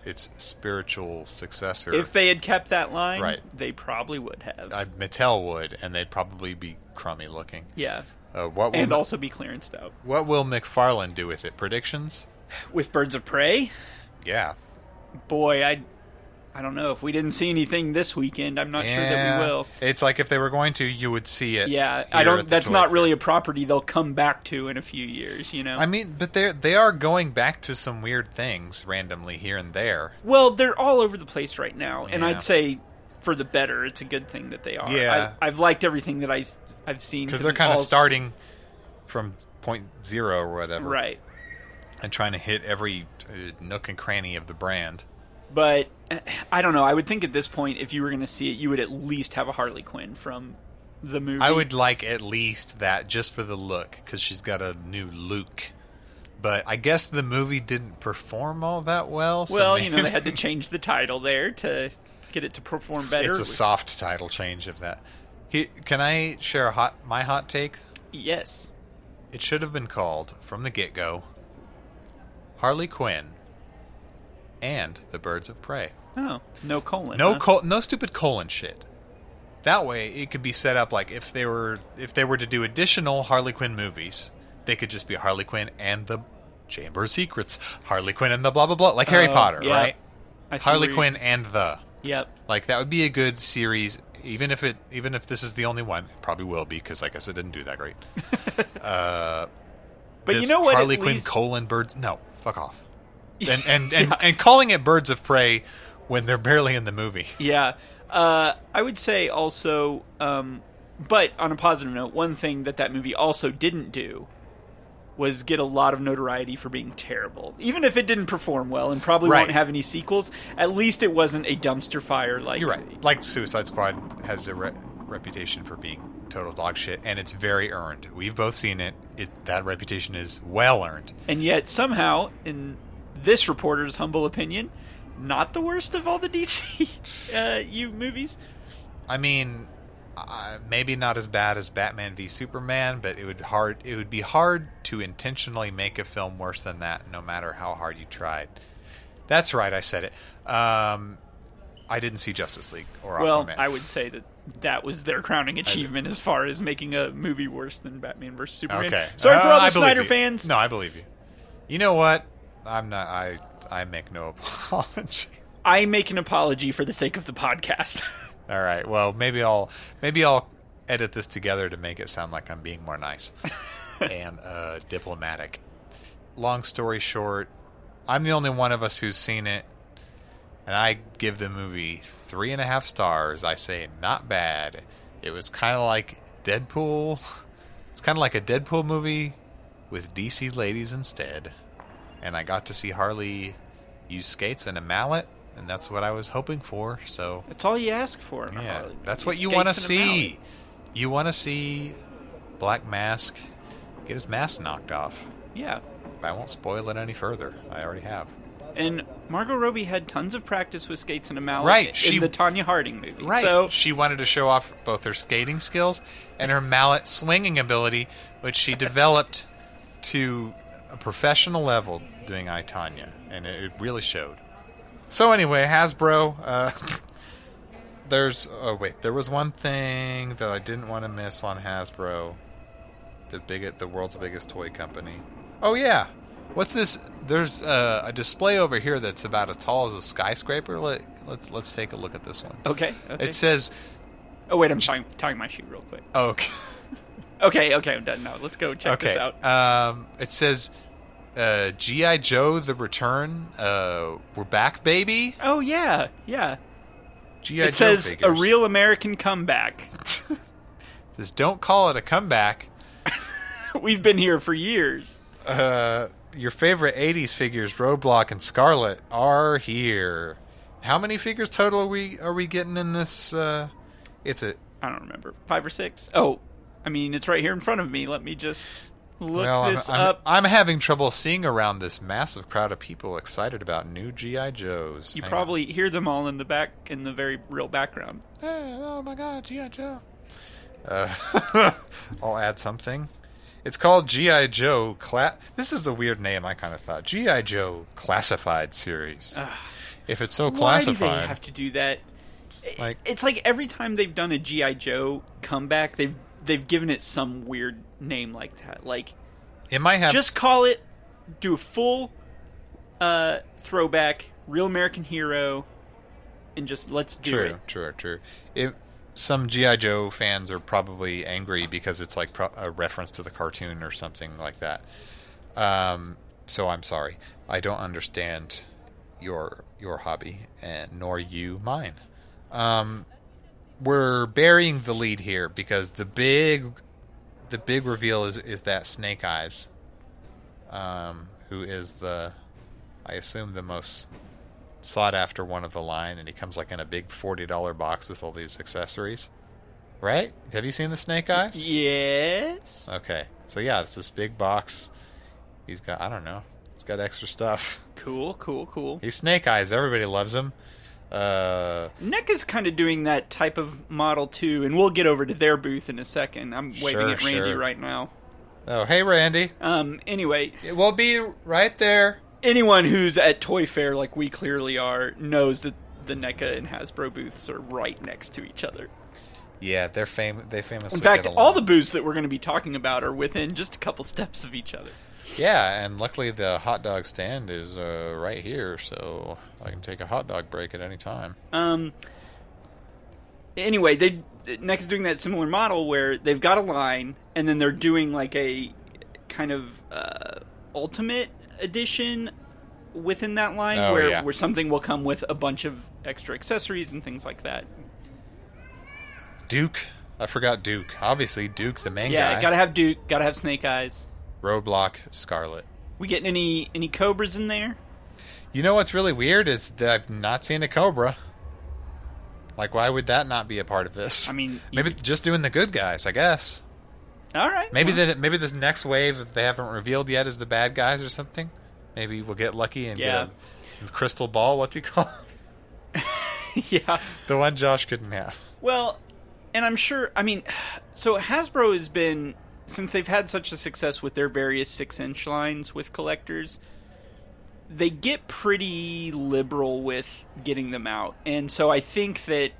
S3: its spiritual successor.
S4: If they had kept that line,
S3: Right.
S4: they probably would have.
S3: I, Mattel would, and they'd probably be crummy looking.
S4: yeah.
S3: Uh, what will
S4: And
S3: Ma-
S4: also be clearanced out.
S3: what will McFarlane do with it? Predictions?
S4: With Birds of Prey,
S3: Yeah,
S4: boy, I I don't know. If we didn't see anything this weekend, I'm not sure
S3: Yeah.
S4: that we will.
S3: It's like if they were going to, you would see it.
S4: Yeah,
S3: here
S4: I
S3: at
S4: don't
S3: the
S4: that's
S3: toy
S4: not
S3: fair.
S4: really a property they'll come back to in a few years, you know.
S3: I mean, but they they are going back to some weird things randomly here and there.
S4: Well, they're all over the place right now, and
S3: Yeah.
S4: I'd say for the better. It's a good thing that they are.
S3: Yeah.
S4: I, I've liked everything that I have seen
S3: because they're
S4: it's
S3: kind of
S4: all s-
S3: starting from point zero or whatever,
S4: right,
S3: And trying to hit every uh, nook and cranny of the brand.
S4: but eh, I don't know. I would think at this point, if you were going to see it, you would at least have a Harley Quinn from the movie.
S3: I would like at least that just for the look, because she's got a new Luke. But I guess the movie didn't perform all that well. So
S4: Well, you know,
S3: maybe-
S4: they had to change the title there to get it to perform better.
S3: It's a soft title change of that. He, can I share a hot my hot take?
S4: yes.
S3: It should have been called from the get go. Harley Quinn and the Birds of Prey.
S4: Oh, no colon.
S3: No
S4: huh?
S3: col- no stupid colon shit. That way, it could be set up like if they were if they were to do additional Harley Quinn movies, they could just be Harley Quinn and the Chamber of Secrets, Harley Quinn and the blah blah blah, like Harry
S4: Oh,
S3: Potter,
S4: yeah.
S3: right?
S4: I see
S3: Harley
S4: where you-
S3: Quinn and the
S4: Yep.
S3: like that would be a good series, even if it even if this is the only one, it probably will be because I guess it didn't do that great.
S4: But
S3: This
S4: you know what?
S3: Harley
S4: at
S3: Quinn
S4: least-
S3: colon birds? No, fuck off. And and and, and calling it Birds of Prey when they're barely in the movie.
S4: Yeah. Uh, I would say also, um, but on a positive note, one thing that that movie also didn't do was get a lot of notoriety for being terrible. Even if it didn't perform well and probably
S3: Right.
S4: won't have any sequels, at least it wasn't a dumpster fire like
S3: You're right. Like Suicide Squad has a re- reputation for being total dog shit, and it's very earned. We've both seen it. It that reputation is well earned.
S4: And yet somehow, in this reporter's humble opinion, not the worst of all the DC uh, you movies.
S3: I mean, uh, maybe not as bad as Batman v Superman, but it would hard it would be hard to intentionally make a film worse than that, no matter how hard you tried. That's right. I said it. Um, I didn't see Justice League or
S4: Well,
S3: Aquaman.
S4: I would say that that was their crowning achievement as far as making a movie worse than Batman vs Superman.
S3: Okay.
S4: Sorry for
S3: Uh,
S4: all
S3: I
S4: the
S3: believe
S4: Snyder
S3: you.
S4: fans.
S3: No, I believe you. You know what? I'm not. I I make no apology.
S4: I make an apology for the sake of the podcast.
S3: All right. Well, maybe I'll maybe I'll edit this together to make it sound like I'm being more nice and uh, diplomatic. Long story short, I'm the only one of us who's seen it, and I give the movie three and a half stars. I say not bad. It was kind of like Deadpool. It's kind of like a Deadpool movie with DC ladies instead, and I got to see Harley use skates and a mallet, and that's what I was hoping for. So
S4: that's all you ask for. in a
S3: yeah,
S4: Harley
S3: that's
S4: movie,
S3: what you
S4: skates
S3: want to
S4: Uh, and a
S3: see.
S4: mallet.
S3: You want to see Black Mask get his mask knocked off.
S4: Yeah.
S3: I won't spoil it any further. I already have.
S4: And Margot Robbie had tons of practice with skates and a mallet
S3: Right,
S4: in
S3: she-
S4: the Tanya Harding movie. So
S3: she wanted to show off both her skating skills and her mallet swinging ability, which she developed to a professional level doing I Tanya, and it, it really showed. So anyway, Hasbro. Uh, there's oh wait, there was one thing that I didn't want to miss on Hasbro, the big the world's biggest toy company. Oh yeah, what's this? There's uh, a display over here that's about as tall as a skyscraper. Let, let's let's take a look at this one.
S4: okay. okay.
S3: It says
S4: oh wait, I'm tying, tying my shoe real quick.
S3: oh, okay.
S4: Okay, okay, I'm done now. Let's go check
S3: okay.
S4: this out.
S3: Um, it says uh, GI Joe: The Return. Uh, we're back, baby.
S4: Oh yeah, yeah.
S3: GI Joe
S4: it says
S3: figures.
S4: a real American comeback.
S3: It says don't call it a comeback.
S4: We've been here for years.
S3: Uh, your favorite '80s figures, Roadblock and Scarlet, are here. How many figures total are we are we getting in this? Uh, it's a
S4: I don't remember five or six. Oh, I mean it's right here in front of me. Let me just look
S3: well. I'm-
S4: this
S3: I'm,
S4: up.
S3: I'm having trouble seeing around this massive crowd of people excited about new GI Joes.
S4: you
S3: Hang on.
S4: probably hear them all in the back, in the very real background.
S3: Hey, oh my god, G.I. Joe. Uh, I'll add something. It's called G.I. Joe Class. This is a weird name, I kind of thought. G.I. Joe Classified Series. if it's so
S4: Why do they
S3: classified.
S4: have to do that?
S3: Like-
S4: Like, it's like every time they've done a GI Joe comeback, they've they've given it some weird name like that. Like,
S3: it might have
S4: just call it, do a full uh, throwback, real American hero, and just let's do
S3: true,
S4: it.
S3: true, true. It, some GI Joe fans are probably angry because it's like pro- a reference to the cartoon or something like that. Um, so I'm sorry, I don't understand your your hobby, and nor you mine. Um, we're burying the lead here because the big the big reveal is is that Snake Eyes, um, who is the I assume the most sought after one of the line, and he comes like in a big forty dollar box with all these accessories. Right? Have you seen the Snake Eyes?
S4: Yes.
S3: Okay, so yeah, it's this big box. He's got I don't know. He's got extra stuff.
S4: Cool. Cool. Cool.
S3: He's Snake Eyes. Everybody loves him. Uh,
S4: Nick is kind of doing that type of model too, and we'll get over to their booth in a second. I'm waving
S3: Sure,
S4: at Randy
S3: sure.
S4: right now.
S3: oh, hey Randy.
S4: Um. Anyway,
S3: It will be right there.
S4: anyone who's at Toy Fair, like we clearly are, knows that the NECA and Hasbro booths are right next to each other.
S3: Yeah, they're fam- They famously.
S4: In fact,
S3: get along.
S4: all the booths that we're going to be talking about are within just a couple steps of each other.
S3: yeah, and luckily the hot dog stand is uh, right here, so I can take a hot dog break at any time.
S4: Um. Anyway, they NECA's doing that similar model where they've got a line, and then they're doing like a kind of uh, ultimate edition within that line
S3: Oh,
S4: where,
S3: yeah.
S4: where something will come with a bunch of extra accessories and things like that.
S3: Duke. I forgot Duke. Obviously, Duke the main
S4: Yeah,
S3: guy.
S4: gotta have Duke, gotta have Snake Eyes.
S3: Roadblock Scarlet.
S4: We getting any any cobras in there?
S3: You know what's really weird is that I've not seen a cobra. Like, why would that not be a part of this?
S4: I mean,
S3: maybe just doing the good guys. I guess.
S4: All right.
S3: Maybe the maybe this next wave that they haven't revealed yet is the bad guys or something. Maybe we'll get lucky and
S4: Yeah.
S3: get a crystal ball. What's he called?
S4: yeah.
S3: the one Josh couldn't have.
S4: Well, and I'm sure. I mean, so Hasbro has been since they've had such a success with their various six-inch lines with collectors. They get pretty liberal with getting them out, and so I think that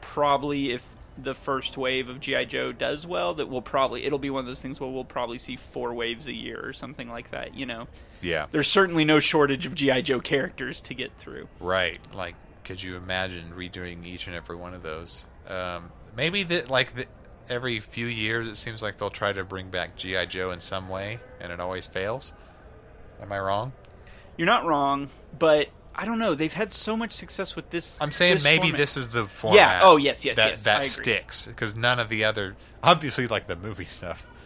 S4: probably if the first wave of GI Joe does well, that we'll probably it'll be one of those things where we'll probably see four waves a year or something like that. You know,
S3: Yeah.
S4: there's certainly no shortage of GI Joe characters to get through.
S3: Right. Like, could you imagine redoing each and every one of those? Um, maybe that like the, every few years, it seems like they'll try to bring back GI Joe in some way, and it always fails. Am I wrong?
S4: You're not wrong, but I don't know. They've had so much success with this.
S3: I'm saying
S4: this
S3: maybe
S4: format.
S3: this is the format.
S4: oh, yes, yes,
S3: that,
S4: yes,
S3: That
S4: I agree.
S3: sticks because none of the other, obviously, like the movie stuff.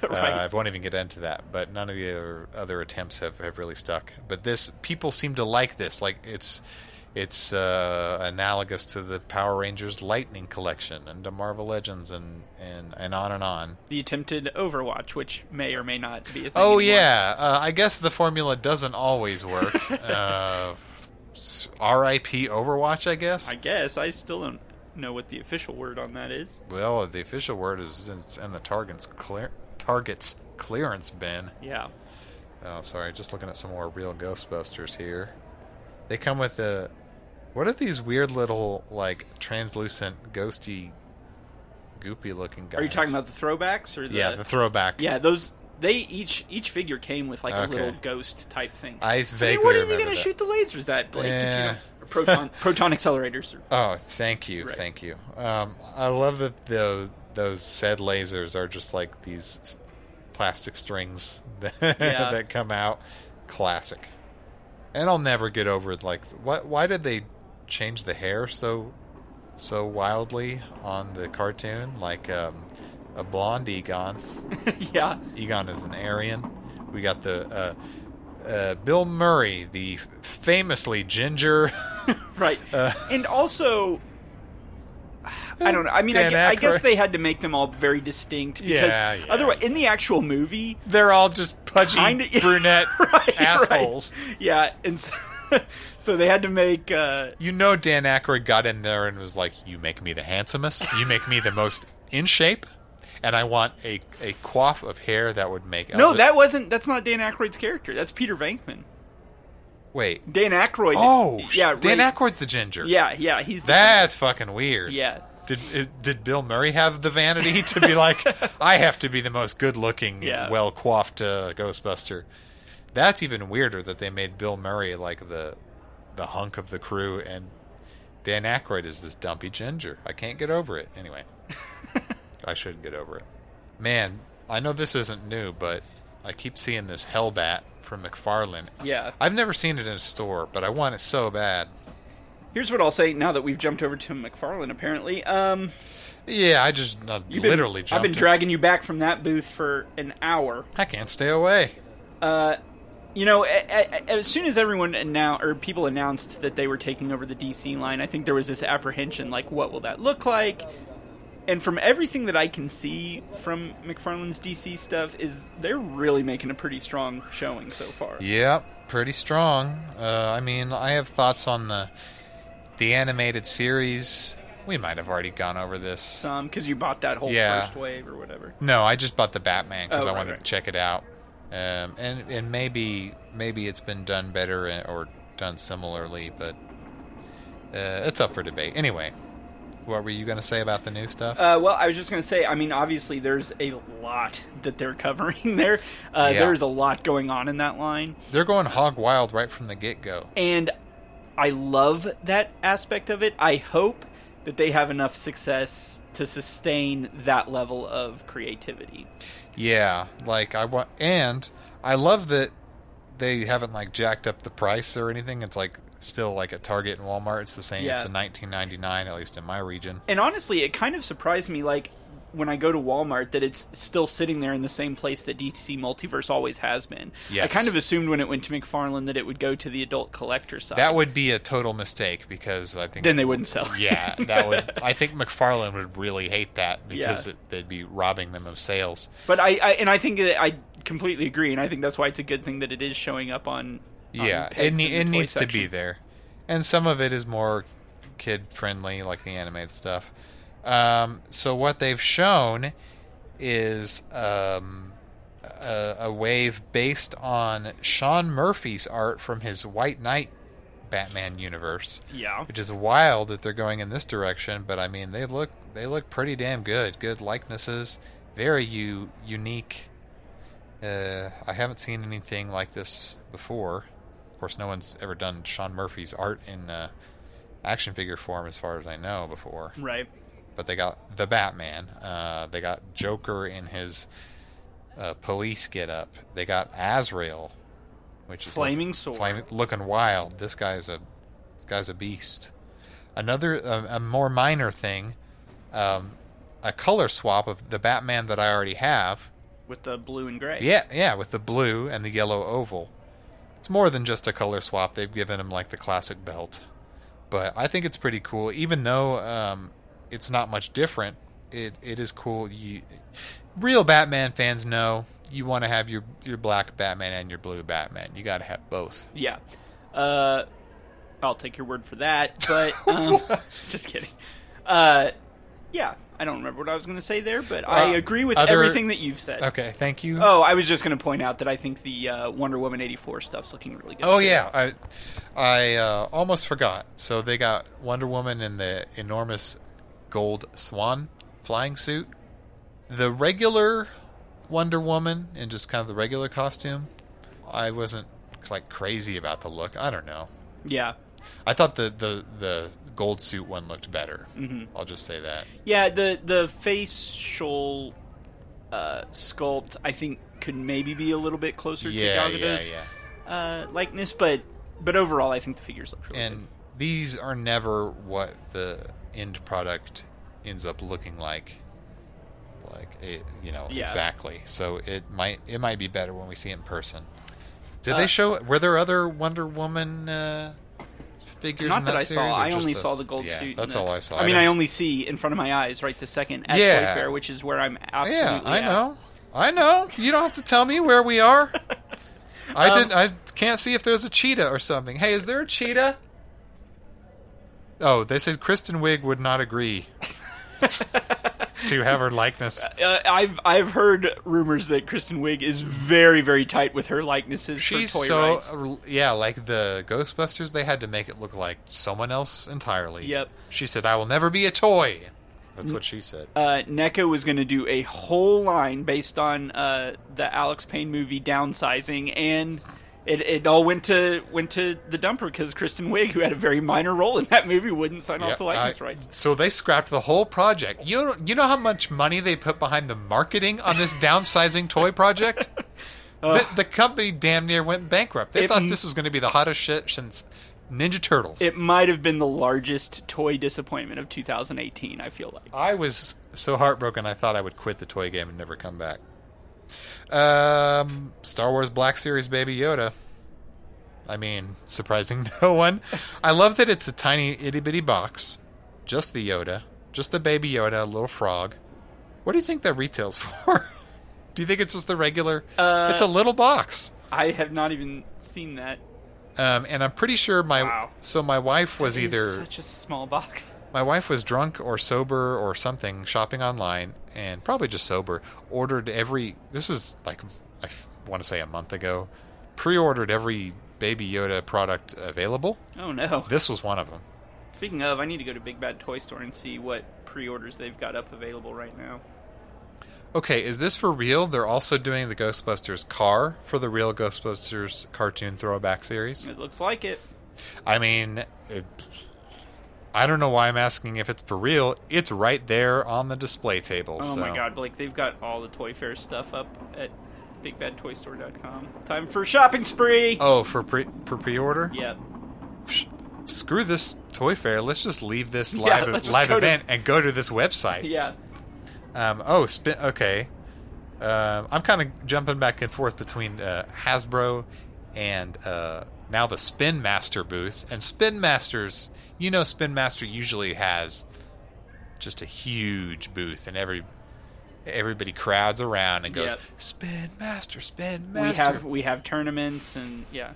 S4: Right.
S3: uh, I won't even get into that, but none of the other, other attempts have, have really stuck. But this, people seem to like this. Like it's it's uh, analogous to the Power Rangers Lightning Collection and to Marvel Legends and and, and on and on.
S4: the attempted Overwatch, which may or may not be a thing.
S3: Oh
S4: anymore.
S3: yeah, uh, I guess the formula doesn't always work. uh, s- R.I.P. Overwatch, I guess.
S4: I guess I still don't know what the official word on that is.
S3: Well, the official word is it's in the target's clear target's clearance bin.
S4: Yeah,
S3: Oh, sorry, just looking at some more real Ghostbusters here. They come with a what are these weird little like translucent ghosty goopy looking guys?
S4: are you talking about the throwbacks or the?
S3: Yeah, the throwback.
S4: yeah. Those they each each figure came with like a
S3: Okay.
S4: little ghost type thing.
S3: I
S4: mean,
S3: vaguely
S4: what are you
S3: remember
S4: gonna
S3: that. Eh.
S4: shoot the lasers at, Blake?
S3: Yeah.
S4: If you don't, or proton proton accelerators. Or,
S3: Oh, thank you,
S4: Right.
S3: thank you. Um, I love that the those said lasers are just like these s- plastic strings that,
S4: Yeah.
S3: that come out. Classic. And I'll never get over it. Like, what? Why did they change the hair so so wildly on the cartoon? Like um, a blonde Egon.
S4: yeah,
S3: Egon is an Aryan. We got the uh, uh, Bill Murray, the famously ginger.
S4: right.
S3: Uh,
S4: and also I don't know. I mean, I,
S3: Dan
S4: gu- I guess
S3: Aykroyd.
S4: they had to make them all very distinct because
S3: Yeah, yeah.
S4: otherwise, in the actual movie,
S3: They're all just pudgy
S4: Kinda- yeah,
S3: brunette
S4: right,
S3: assholes.
S4: right. yeah, and so, so they had to make. Uh,
S3: You know, Dan Aykroyd got in there and was like, "You make me the handsomest. You make me the most in shape, and I want a a coif of hair that would make
S4: no,
S3: other-
S4: that wasn't. That's not Dan Aykroyd's character. That's Peter Venkman.
S3: Wait.
S4: Dan Aykroyd.
S3: Oh,
S4: yeah,
S3: yeah. Dan
S4: right-
S3: Aykroyd's the ginger.
S4: Yeah, yeah, he's the-
S3: That's fucking weird.
S4: yeah.
S3: Did is, did Bill Murray have the vanity to be like, I have to be the most good looking,
S4: Yeah.
S3: well coiffed uh, Ghostbuster? That's even weirder that they made Bill Murray like the the hunk of the crew, and Dan Aykroyd is this dumpy ginger. I can't get over it. Anyway, I should get over it. Man, I know this isn't new, but I keep seeing this Hellbat from McFarlane.
S4: Yeah.
S3: I've never seen it in a store, but I want it so bad.
S4: Here's what I'll say now that we've jumped over to McFarlane. Apparently, um,
S3: Yeah, I just uh,
S4: you've been-
S3: literally jumped.
S4: I've been
S3: in.
S4: dragging you back from that booth for an hour.
S3: I can't stay away.
S4: Uh, you know, a- a- a- as soon as everyone now or people announced that they were taking over the DC line, I think there was this apprehension like, what will that look like? And from everything that I can see from McFarlane's DC stuff, is they're really making a pretty strong showing so far.
S3: Yep, pretty strong. Uh, I mean, I have thoughts on the the animated series. We might have already gone over this.
S4: Some because you bought that whole
S3: Yeah.
S4: first wave or whatever.
S3: No, I just bought the Batman because
S4: Oh,
S3: I
S4: right,
S3: wanted
S4: right.
S3: to check it out. Um, and and maybe maybe it's been done better and- or done similarly, but uh, it's up for debate. Anyway, what were you gonna say about the new stuff?
S4: Uh, well, I was just going to say, I mean, obviously, there's a lot that they're covering there. Uh,
S3: Yeah.
S4: There's a lot going on in that line.
S3: They're going hog wild right from the get go.
S4: And I love that aspect of it. I hope that they have enough success to sustain that level of creativity.
S3: Yeah, like I want, and I love that they haven't like jacked up the price or anything. It's like still like at Target and Walmart, it's the same. It's
S4: Yeah.
S3: a nineteen ninety nine, at least in my region.
S4: And honestly, it kind of surprised me, like, when I go to Walmart, that it's still sitting there in the same place that DC Multiverse always has been. I
S3: Yes.
S4: kind of assumed when it went to McFarlane that it would go to the adult collector side.
S3: That would be a total mistake because I think
S4: then they wouldn't sell it.
S3: yeah, that would. I think McFarlane would really hate that because
S4: Yeah.
S3: it, they'd be robbing them of sales.
S4: But I, I and I think that I completely agree, and I think that's why it's a good thing that it is showing up on. on
S3: yeah,
S4: pegs
S3: it
S4: in
S3: ne-
S4: the
S3: it
S4: toy
S3: needs to be
S4: section.
S3: there, and some of it is more kid friendly, like the animated stuff. Um, so what they've shown is um, a, a wave based on Sean Murphy's art from his White Knight Batman universe,
S4: Yeah,
S3: which is wild that they're going in this direction. But I mean, they look they look pretty damn good. Good likenesses, very u- unique. Uh, I haven't seen anything like this before. Of course, no one's ever done Sean Murphy's art in uh, action figure form, as far as I know, before.
S4: right.
S3: But they got the Batman. Uh, they got Joker in his uh, police get up. They got Azrael, which is
S4: Flaming sword.
S3: Flaming, looking wild. This guy's a this guy's a beast. Another a, a more minor thing, um, a color swap of the Batman that I already have.
S4: with the blue and gray.
S3: Yeah, yeah, with the blue and the yellow oval. It's more than just a color swap. They've given him like the classic belt, but I think it's pretty cool. Even though um, it's not much different, it it is cool. You, real Batman fans know you want to have your your black Batman and your blue Batman. You got to have both.
S4: yeah. Uh, I'll take your word for that. But um, just kidding. Uh, yeah, I don't remember what I was going to say there, but I
S3: Uh,
S4: agree with
S3: other-
S4: everything that you've said.
S3: Okay, thank you.
S4: Oh, I was just going to point out that I think the uh, Wonder Woman eighty four stuff's looking really good.
S3: Oh yeah, I I uh, almost forgot. So they got Wonder Woman in the enormous gold swan flying suit. The regular Wonder Woman in just kind of the regular costume. I wasn't like crazy about the look. I don't know.
S4: yeah,
S3: I thought the the the gold suit one looked better. Mm-hmm. I'll just say that.
S4: yeah. The the facial uh, sculpt I think could maybe be a little bit closer
S3: Yeah,
S4: to Gal
S3: yeah,
S4: Gadot's.
S3: yeah.
S4: uh, likeness, but but overall, I think the figures look really
S3: And these are never what the end product ends up looking like. Like it, you know,
S4: Yeah.
S3: exactly. So it might it might be better when we see it in person.
S4: Uh,
S3: Did they show? Were there other Wonder Woman uh, figures?
S4: good. Not
S3: in
S4: that, I
S3: series,
S4: saw.
S3: or
S4: I
S3: just
S4: only
S3: those?
S4: saw the gold
S3: yeah,
S4: suit. and
S3: That's
S4: the-
S3: all I saw.
S4: I mean, I,
S3: don't-
S4: only see in front of my eyes right the second at
S3: Yeah.
S4: Toy Fair, which is where I'm absolutely.
S3: Yeah, I
S4: at.
S3: know. I know. You don't have to tell me where we are. I
S4: Um,
S3: didn't. I can't see if there's a cheetah or something. Hey, is there a cheetah? Oh, they said Kristen Wiig would not agree. to have her likeness.
S4: Uh, I've I've heard rumors that Kristen Wiig is very very tight with her likenesses
S3: She's
S4: for toy
S3: so
S4: rights.
S3: yeah, like the Ghostbusters, they had to make it look like someone else entirely.
S4: Yep.
S3: She said, "I will never be a toy." That's what she said.
S4: Uh, NECA was going to do a whole line based on uh, the Alex Payne movie Downsizing, and it, it all went to went to the dumper because Kristen Wiig, who had a very minor role in that movie, wouldn't sign
S3: Yeah,
S4: off the likeness
S3: I-
S4: rights.
S3: So they scrapped the whole project. You know, you know how much money they put behind the marketing on this downsizing toy project? the, the company damn near went bankrupt. They
S4: It
S3: thought
S4: m-
S3: this was going to be the hottest shit since Ninja Turtles.
S4: It might have been the largest toy disappointment of 2018. I feel like.
S3: I was so heartbroken. I thought I would quit the toy game and never come back. Um, Star Wars Black Series Baby Yoda. I mean, surprising no one. I love that it's a tiny itty bitty box, just the Yoda, just the Baby Yoda, a little frog. What do you think that retails for? do you think it's just the regular? Uh, it's a little box.
S4: I have not even seen that.
S3: Um, and I'm pretty sure my
S4: Wow.
S3: so my wife was
S4: It is
S3: either
S4: such a small box.
S3: My wife was drunk or sober or something shopping online and probably just sober. Ordered every, this was like, I want to say a month ago, pre ordered every Baby Yoda product available.
S4: Oh no.
S3: This was one of them.
S4: Speaking of, I need to go to Big Bad Toy Store and see what pre-orders they've got up available right now.
S3: Okay, is this for real? They're also doing the Ghostbusters car for the real Ghostbusters cartoon throwback series.
S4: It looks like it.
S3: I mean, it, I don't know why I'm asking if it's for real. It's right there on the display table.
S4: Oh my
S3: so-
S4: god, Blake, they've got all the Toy Fair stuff up at bigbadtoystore.com. Time for shopping spree!
S3: Oh, for pre for pre order?
S4: Yep.
S3: Sh- screw this toy fair. Let's just leave this
S4: Yeah,
S3: live
S4: let's just
S3: live
S4: go to-
S3: event and go to this website.
S4: Yeah.
S3: Um, oh, spin. Okay. Um, I'm kind of jumping back and forth between uh, Hasbro and uh, now the Spin Master booth. And Spin Masters, you know, Spin Master usually has just a huge booth, and every everybody crowds around and goes,
S4: Yep.
S3: "Spin Master, Spin
S4: We
S3: Master."
S4: have we have tournaments and yeah.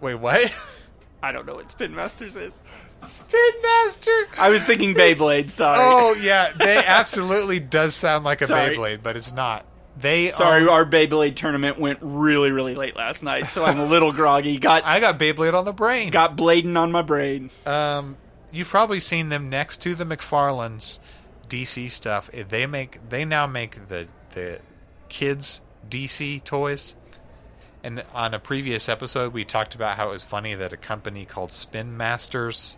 S3: Wait, what?
S4: I don't know what Spin Masters is.
S3: Spin Master.
S4: I was thinking Beyblade, sorry.
S3: Oh yeah, they absolutely does sound like a
S4: Sorry.
S3: Beyblade, but it's not. They
S4: Sorry,
S3: are.
S4: our Beyblade tournament went really, really late last night, so I'm a little groggy. Got
S3: I got Beyblade on the brain.
S4: got blading on my brain.
S3: um, you've probably seen them next to the McFarlane's DC stuff. They make they now make the the kids DC toys. And on a previous episode, we talked about how it was funny that a company called Spin Masters,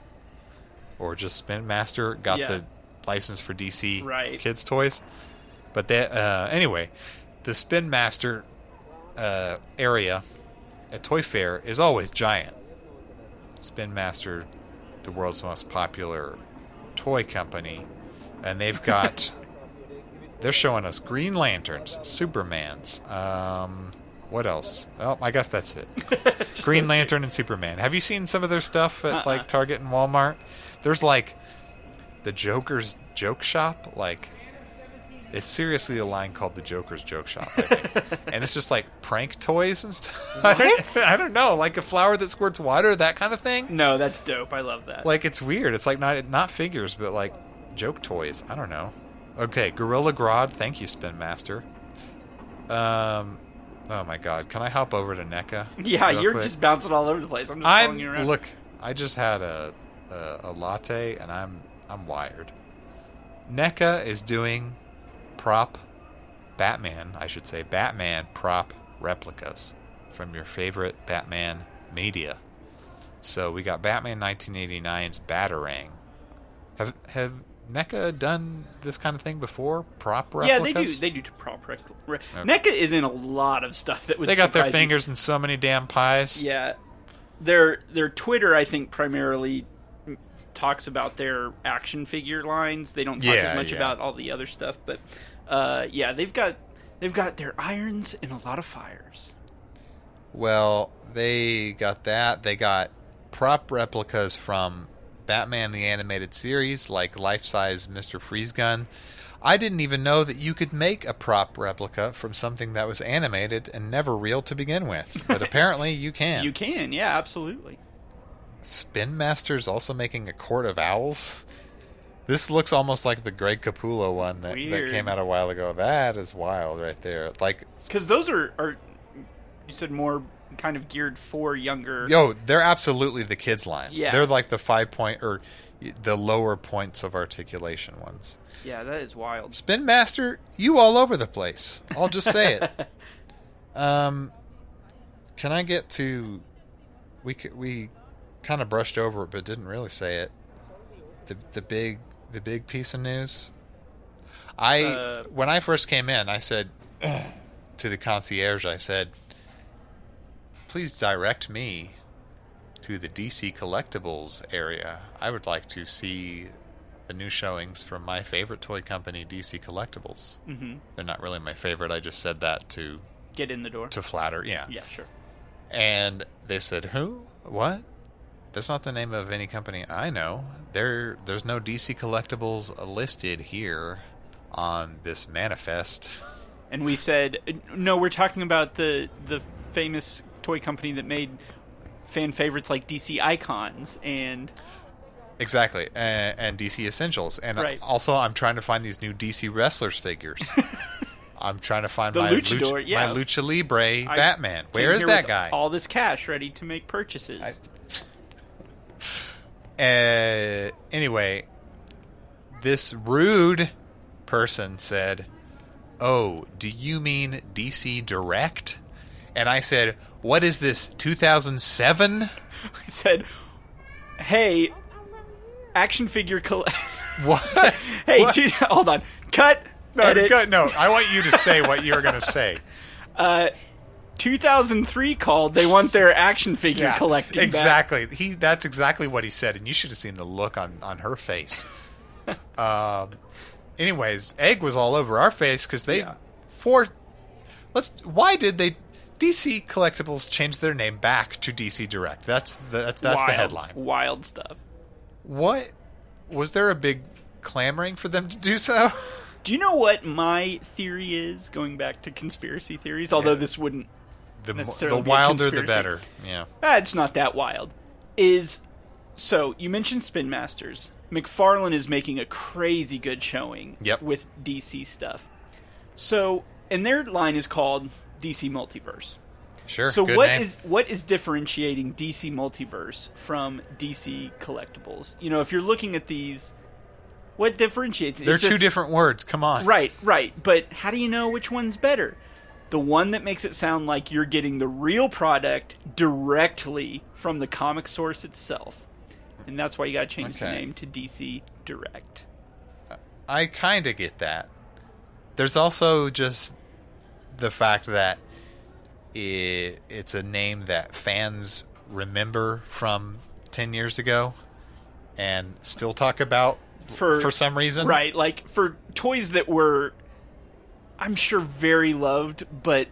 S3: or just Spin Master, got
S4: Yeah.
S3: the license for DC
S4: Right.
S3: kids toys. But that uh, anyway, the Spin Master uh, area at Toy Fair is always giant. Spin Master, the world's most popular toy company, and they've got they're showing us Green Lanterns, Supermans. Um, what else? Well, I guess that's it. Green Lantern and Superman. Have you seen some of their stuff at like Target and Walmart? There's like the Joker's Joke Shop. Like it's seriously a line called the Joker's Joke Shop, I think. and it's just like prank toys and stuff. I don't- I don't know, like a flower that squirts water, that kind of thing.
S4: No, that's dope. I love that.
S3: Like it's weird. It's like not not figures, but like joke toys. I don't know. Okay, Gorilla Grodd. Thank you, Spin Master. Um, oh my God, can I hop over to NECA?
S4: yeah,
S3: real
S4: you're
S3: quick?
S4: just bouncing all over the place. I'm just
S3: I'm
S4: following you around.
S3: look. I just had a, a a latte and I'm I'm wired. NECA is doing prop Batman, I should say Batman prop replicas from your favorite Batman media. So we got Batman 1989's Batarang. Have have NECA done this kind of thing before? Prop replicas?
S4: yeah, they do. They do prop rec- re- NECA is in a lot of stuff that would.
S3: They got their
S4: surprise you.
S3: fingers in so many damn pies.
S4: Yeah, their their Twitter, I think, primarily m- talks about their action figure lines. They don't talk
S3: Yeah,
S4: as much
S3: yeah.
S4: about all the other stuff, but uh, yeah, they've got they've got their irons and a lot of fires.
S3: Well, they got that. They got prop replicas from Batman the Animated Series, like life size Mr. Freeze Gun. I didn't even know that you could make a prop replica from something that was animated and never real to begin with, but apparently you can.
S4: You can, yeah, absolutely.
S3: Spin Master's also making a court of owls. This looks almost like the Greg Capullo one that, that
S4: Weird.
S3: came out a while ago. That is wild right there. Like,
S4: Because those are, are, you said more kind of geared for younger.
S3: yo, they're absolutely the kids' lines.
S4: Yeah.
S3: They're like the five point or the lower points of articulation ones.
S4: Yeah, that is wild.
S3: Spin Master, you all over the place. I'll just say it. Um, can I get to? We c- we kind of brushed over it, but didn't really say it. The the big the big piece of news. I
S4: Uh,
S3: when I first came in, I said to the concierge, I said, "Please direct me to the DC collectibles area. I would like to see the new showings from my favorite toy company, DC Collectibles.
S4: hmm
S3: They're not really my favorite. I just said that to
S4: Get in the door.
S3: to flatter, yeah.
S4: Yeah, sure.
S3: And they said, "Who? What? That's not the name of any company I know. There, there's no DC Collectibles listed here on this manifest."
S4: And we said, no, we're talking about the the famous toy company that made fan favorites like DC Icons and
S3: Exactly, and, and DC Essentials, and
S4: Right.
S3: also I'm trying to find these new DC wrestlers figures. I'm trying to find
S4: The
S3: my
S4: Luchador,
S3: lucha,
S4: yeah.
S3: my Lucha Libre Batman. Where
S4: came
S3: is
S4: here
S3: that
S4: with
S3: guy?
S4: All this cash ready to make purchases.
S3: Uh, anyway, this rude person said, "Oh, do you mean DC Direct?" And I said, "What is this? 2007?
S4: I said, hey, action figure coll
S3: What?
S4: hey,
S3: What?
S4: two- hold on. Cut.
S3: no,
S4: edit.
S3: go- no. I want you to say what you're going to say."
S4: 2003 called. They want their action figure
S3: Yeah,
S4: collecting back.
S3: Exactly. He that's exactly what he said, and you should have seen the look on on her face. um. Anyways, egg was all over our face because they
S4: Yeah.
S3: for let's. Why did they? DC Collectibles changed their name back to DC Direct. That's the, that's that's
S4: Wild,
S3: the headline.
S4: Wild stuff.
S3: What was there a big clamoring for them to do so?
S4: Do you know what my theory is? Going back to conspiracy theories, although this wouldn't
S3: The, mo- the
S4: Necessarily be a
S3: wilder the
S4: conspiracy.
S3: better. Yeah.
S4: ah, it's not that wild. Is so you mentioned Spin Masters. McFarlane is making a crazy good showing
S3: Yep.
S4: with DC stuff. So, and their line is called DC Multiverse.
S3: Sure.
S4: So
S3: good
S4: what is
S3: name.
S4: what is differentiating DC Multiverse from DC Collectibles? You know, if you're looking at these, what differentiates?
S3: They're
S4: It's
S3: two
S4: just-
S3: different words. Come on.
S4: Right, right. But how do you know which one's better? The one that makes it sound like you're getting the real product directly from the comic source itself. And that's why you got to change the
S3: Okay.
S4: name to DC Direct.
S3: I kind of get that. There's also just the fact that it, it's a name that fans remember from 10 years ago and still talk about
S4: For-
S3: for some reason.
S4: Right, like for toys that were I'm sure very loved, but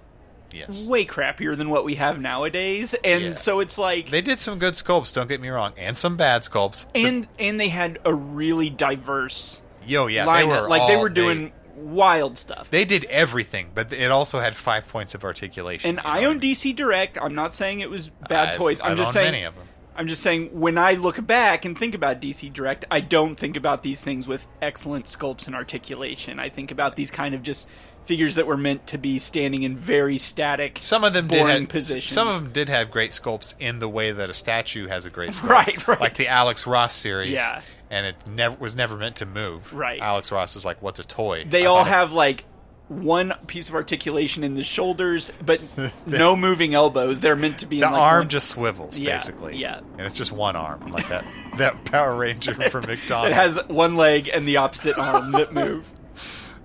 S3: Yes.
S4: way crappier than what we have nowadays. And
S3: Yeah.
S4: so it's like
S3: They did some good sculpts, don't get me wrong, and some bad sculpts.
S4: and and they had a really diverse
S3: Yo, yeah,
S4: lineup.
S3: they were
S4: like they
S3: all-
S4: were doing wild stuff.
S3: They, did everything, but it also had five points of articulation.
S4: and
S3: you know
S4: I
S3: what
S4: own
S3: mean?
S4: DC Direct. I'm not saying it was bad
S3: I've-
S4: toys. I'm
S3: I've
S4: just
S3: owned
S4: saying
S3: many of 'em.
S4: I'm just saying when I look back and think about DC Direct, I don't think about these things with excellent sculpts and articulation. I think about these kind of just figures that were meant to be standing in very static
S3: Some of them did
S4: boring
S3: have,
S4: positions.
S3: Some of them did have great sculpts in the way that a statue has a great sculpt,
S4: Right, right.
S3: Like the Alex Ross series,
S4: Yeah.
S3: And it never was never meant to move,
S4: Right.
S3: Alex Ross is like, "What's a toy?"
S4: they
S3: I
S4: all
S3: thought it-
S4: have like one piece of articulation in the shoulders, but no moving elbows. They're meant to be
S3: the
S4: in, like,
S3: arm
S4: one-
S3: just swivels
S4: Yeah,
S3: basically,
S4: yeah.
S3: And it's just one arm, like that that Power Ranger from McDonald's.
S4: that has one leg and the opposite arm that move.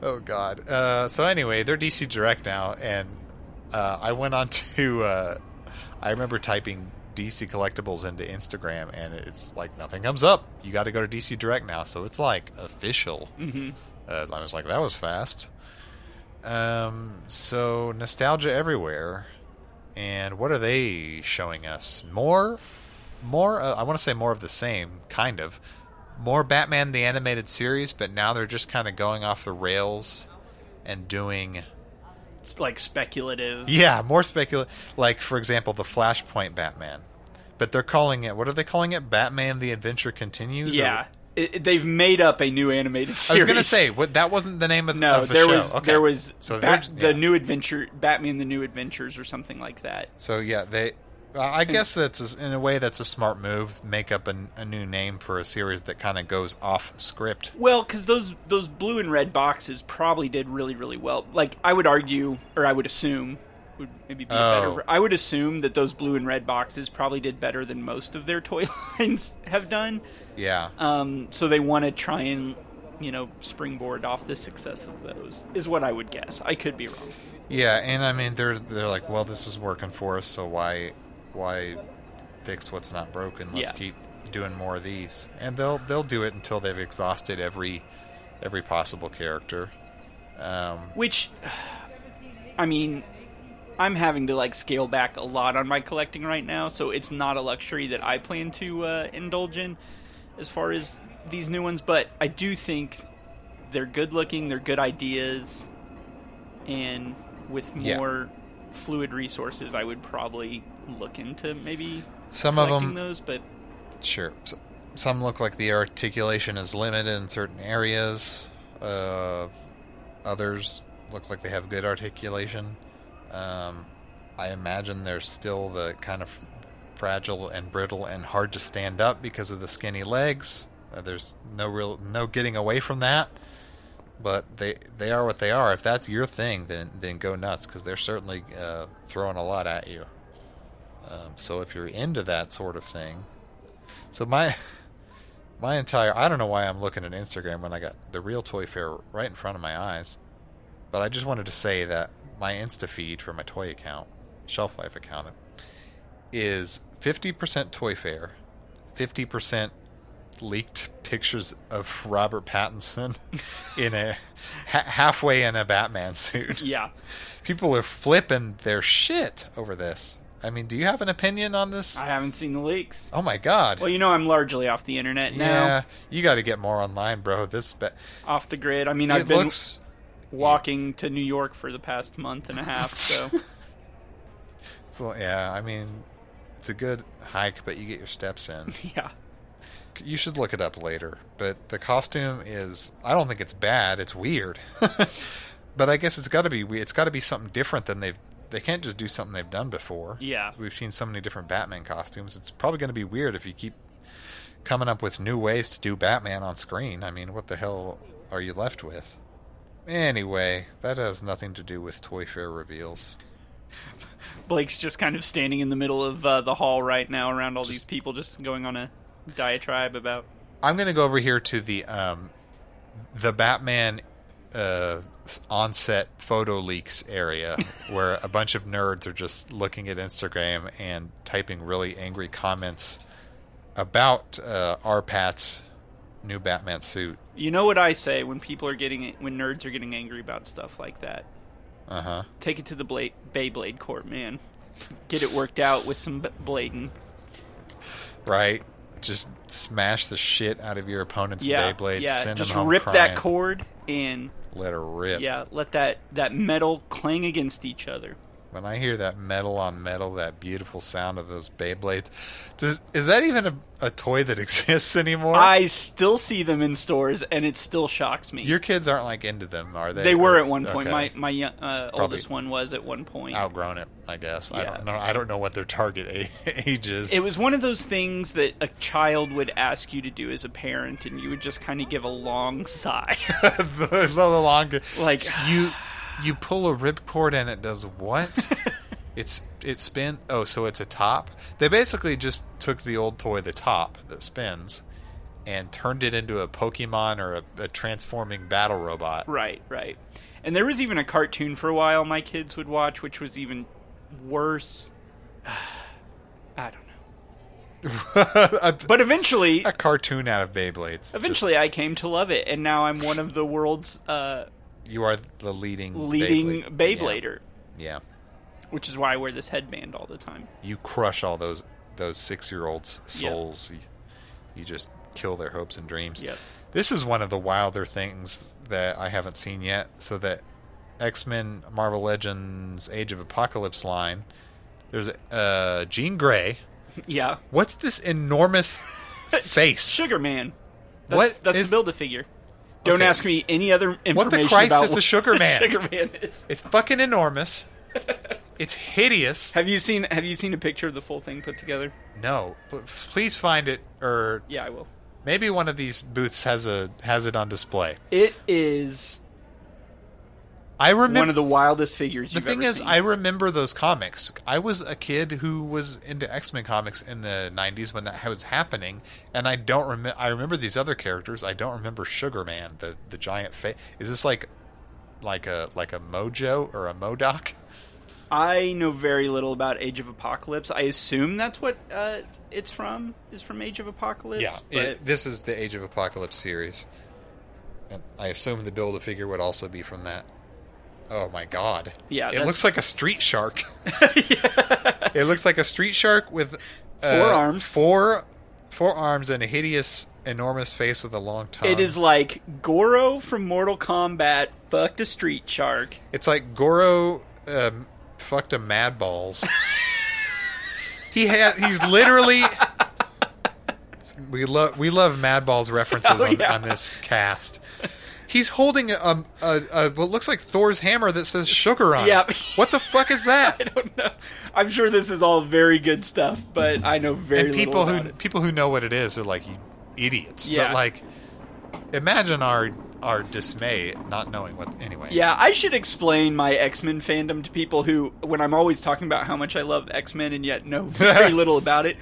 S3: Oh God. Uh, so anyway, they're DC Direct now, and uh, I went on to. Uh, I remember typing DC collectibles into Instagram, and it's like nothing comes up. You got to go to DC Direct now, so it's like official. Mm-hmm. Uh, I was like, that was fast. Um, so nostalgia everywhere, and what are they showing us? More, more. Uh, I want to say more of the same, kind of. More Batman the animated series, but now they're just kind of going off the rails and doing
S4: It's like speculative.
S3: yeah more specula Like for example, the Flashpoint Batman, but they're calling it what are they calling it? Batman the Adventure Continues. or-
S4: Yeah. it, it- they've made up a new animated
S3: I
S4: series.
S3: was gonna say what that wasn't the name of,
S4: no,
S3: of the
S4: there
S3: show.
S4: was
S3: okay.
S4: there was
S3: so they're
S4: Bat,
S3: j-
S4: the
S3: yeah.
S4: new adventure Batman the New Adventures or something like that.
S3: So yeah, they. Uh, I guess that's in a way that's a smart move. Make up an, a new name for a series that kind of goes off script.
S4: Well, because those those blue and red boxes probably did really really well. Like I would argue, or I would assume, would maybe be a
S3: Oh.
S4: better. I would assume that those blue and red boxes probably did better than most of their toy lines have done.
S3: Yeah,
S4: Um, so they want to try and you know springboard off the success of those is what I would guess. I could be wrong.
S3: yeah, and I mean they're they're like, well, this is working for us, so why why fix what's not broken? Let's
S4: Yeah.
S3: keep doing more of these, and they'll they'll do it until they've exhausted every every possible character. Um,
S4: Which, I mean, I'm having to like scale back a lot on my collecting right now, so it's not a luxury that I plan to uh, indulge in as far as these new ones. But I do think they're good looking, they're good ideas, and with
S3: Yeah.
S4: more fluid resources, I would probably look into maybe
S3: some of
S4: collecting
S3: them,
S4: those. But
S3: Sure. S some look like the articulation is limited in certain areas. Uh, others look like they have good articulation. Um, I imagine they're still the kind of fragile and brittle and hard to stand up because of the skinny legs. Uh, there's no real no getting away from that. But they they are what they are. If that's your thing, then then go nuts because they're certainly uh, throwing a lot at you. Um, so if you're into that sort of thing, so my my entire I don't know why I'm looking at Instagram when I got the real Toy Fair right in front of my eyes. But I just wanted to say that my Insta feed for my toy account, shelf life account, is 50% Toy Fair, 50% leaked pictures of Robert Pattinson in a ha- halfway in a Batman suit.
S4: yeah,
S3: People are flipping their shit over this. I mean, do you have an opinion on this?
S4: I haven't seen the leaks.
S3: oh my god.
S4: Well, you know, I'm largely off the internet now,
S3: Yeah, you got to get more online, bro. This ba-
S4: off the grid. I mean,
S3: it
S4: I've been
S3: looks
S4: walking to New York for the past month and a half. So
S3: it's a- yeah. I mean, it's a good hike, but you get your steps in.
S4: yeah,
S3: you should look it up later. But the costume is I don't think it's bad. It's weird, but I guess it's got to be we- it's got to be something different than they've. They can't just do something they've done before.
S4: Yeah.
S3: we've seen so many different Batman costumes. It's probably going to be weird if you keep coming up with new ways to do Batman on screen. I mean, what the hell are you left with? Anyway, that has nothing to do with Toy Fair reveals.
S4: Blake's just kind of standing in the middle of uh, the hall right now, around all these people, just going on a diatribe about.
S3: I'm gonna go over here to the um, the Batman uh, s- onset photo leaks area where a bunch of nerds are just looking at Instagram and typing really angry comments about uh, our Pat's new Batman suit.
S4: You know what I say when people are getting when nerds are getting angry about stuff like that?
S3: Uh huh.
S4: Take it to the Bla- Beyblade court, man. Get it worked out with some b- blading.
S3: Right. Just smash the shit out of your opponent's
S4: Yeah,
S3: Beyblade.
S4: yeah.
S3: send 'em
S4: just
S3: home
S4: rip
S3: crying,
S4: that cord and
S3: Let her rip.
S4: yeah, let that that metal clang against each other.
S3: When I hear that metal on metal, that beautiful sound of those Beyblades, does is that even a, a toy that exists anymore?
S4: I still see them in stores, and it still shocks me.
S3: Your kids aren't like into them, are they?
S4: They were
S3: Or-
S4: at one point.
S3: okay.
S4: My my young- uh, oldest one was at one point.
S3: outgrown it, I guess. I
S4: Yeah.
S3: don't know. I don't know what their target a- age is.
S4: It was one of those things that a child would ask you to do as a parent, and you would just kind of give a long sigh.
S3: the, the long,
S4: Like-
S3: you, you pull a ripcord and it does what? it's it spin. Oh, so it's a top. They basically just took the old toy, the top that spins, and turned it into a Pokemon or a, a transforming battle robot.
S4: right, right. And there was even a cartoon for a while my kids would watch, which was even worse. I don't know.
S3: a,
S4: But eventually,
S3: a cartoon out of Beyblades.
S4: eventually, I came to love it, and now I'm one of the world's uh,
S3: Just- you are the leading
S4: leading
S3: Beyblade-
S4: Beyblader,
S3: Yeah. yeah.
S4: which is why I wear this headband all the time.
S3: you crush all those those six year olds souls you, you just kill their hopes and dreams
S4: Yep.
S3: this is one of the wilder things that i haven't seen yet so that x-men marvel legends age of apocalypse line there's uh jean gray
S4: Yeah,
S3: what's this enormous face
S4: Sugar Man. That's,
S3: What
S4: that's
S3: is-
S4: the build a figure. Don't
S3: Okay.
S4: ask me any other information
S3: What the Christ
S4: about
S3: is the Sugar Man?
S4: Sugar Man is.
S3: It's fucking enormous. it's hideous.
S4: Have you seen Have you seen a picture of the full thing put together?
S3: No, but f- please find it, or
S4: Yeah, I will.
S3: maybe one of these booths has a has it on display.
S4: It is
S3: I remember
S4: one of the wildest figures.
S3: the
S4: you've
S3: thing
S4: ever
S3: is,
S4: seen.
S3: I remember those comics. I was a kid who was into X Men comics in the '90s when that was happening, and I don't remember. I remember these other characters. I don't remember Sugar Man, the the giant face. Is this like like a like a Mojo or a Modoc?
S4: I know very little about Age of Apocalypse. I assume that's what uh, it's from. Is from Age of Apocalypse.
S3: Yeah,
S4: but
S3: it, this is the Age of Apocalypse series, and I assume the build a figure would also be from that. Oh my god!
S4: Yeah,
S3: it
S4: that's-
S3: looks like a street shark. It looks like a street shark with uh,
S4: Four arms.
S3: four four arms, and a hideous, enormous face with a long tongue.
S4: it is like Goro from Mortal Kombat fucked a street shark.
S3: It's like Goro um, fucked a Mad Balls. he had. He's literally. We love we love Mad Balls references
S4: Oh,
S3: on,
S4: yeah.
S3: on this cast. He's holding a, a, a, a what looks like Thor's hammer that says sugar on
S4: Yep.
S3: it. What the fuck is that?
S4: I don't know. I'm sure this is all very good stuff, but I know very
S3: and
S4: little
S3: people
S4: about
S3: who
S4: it.
S3: people who know what it is are like you idiots.
S4: Yeah.
S3: But like, imagine our our dismay at not knowing what. Anyway,
S4: Yeah, I should explain my X Men fandom to people who, when I'm always talking about how much I love X Men and yet know very little about it,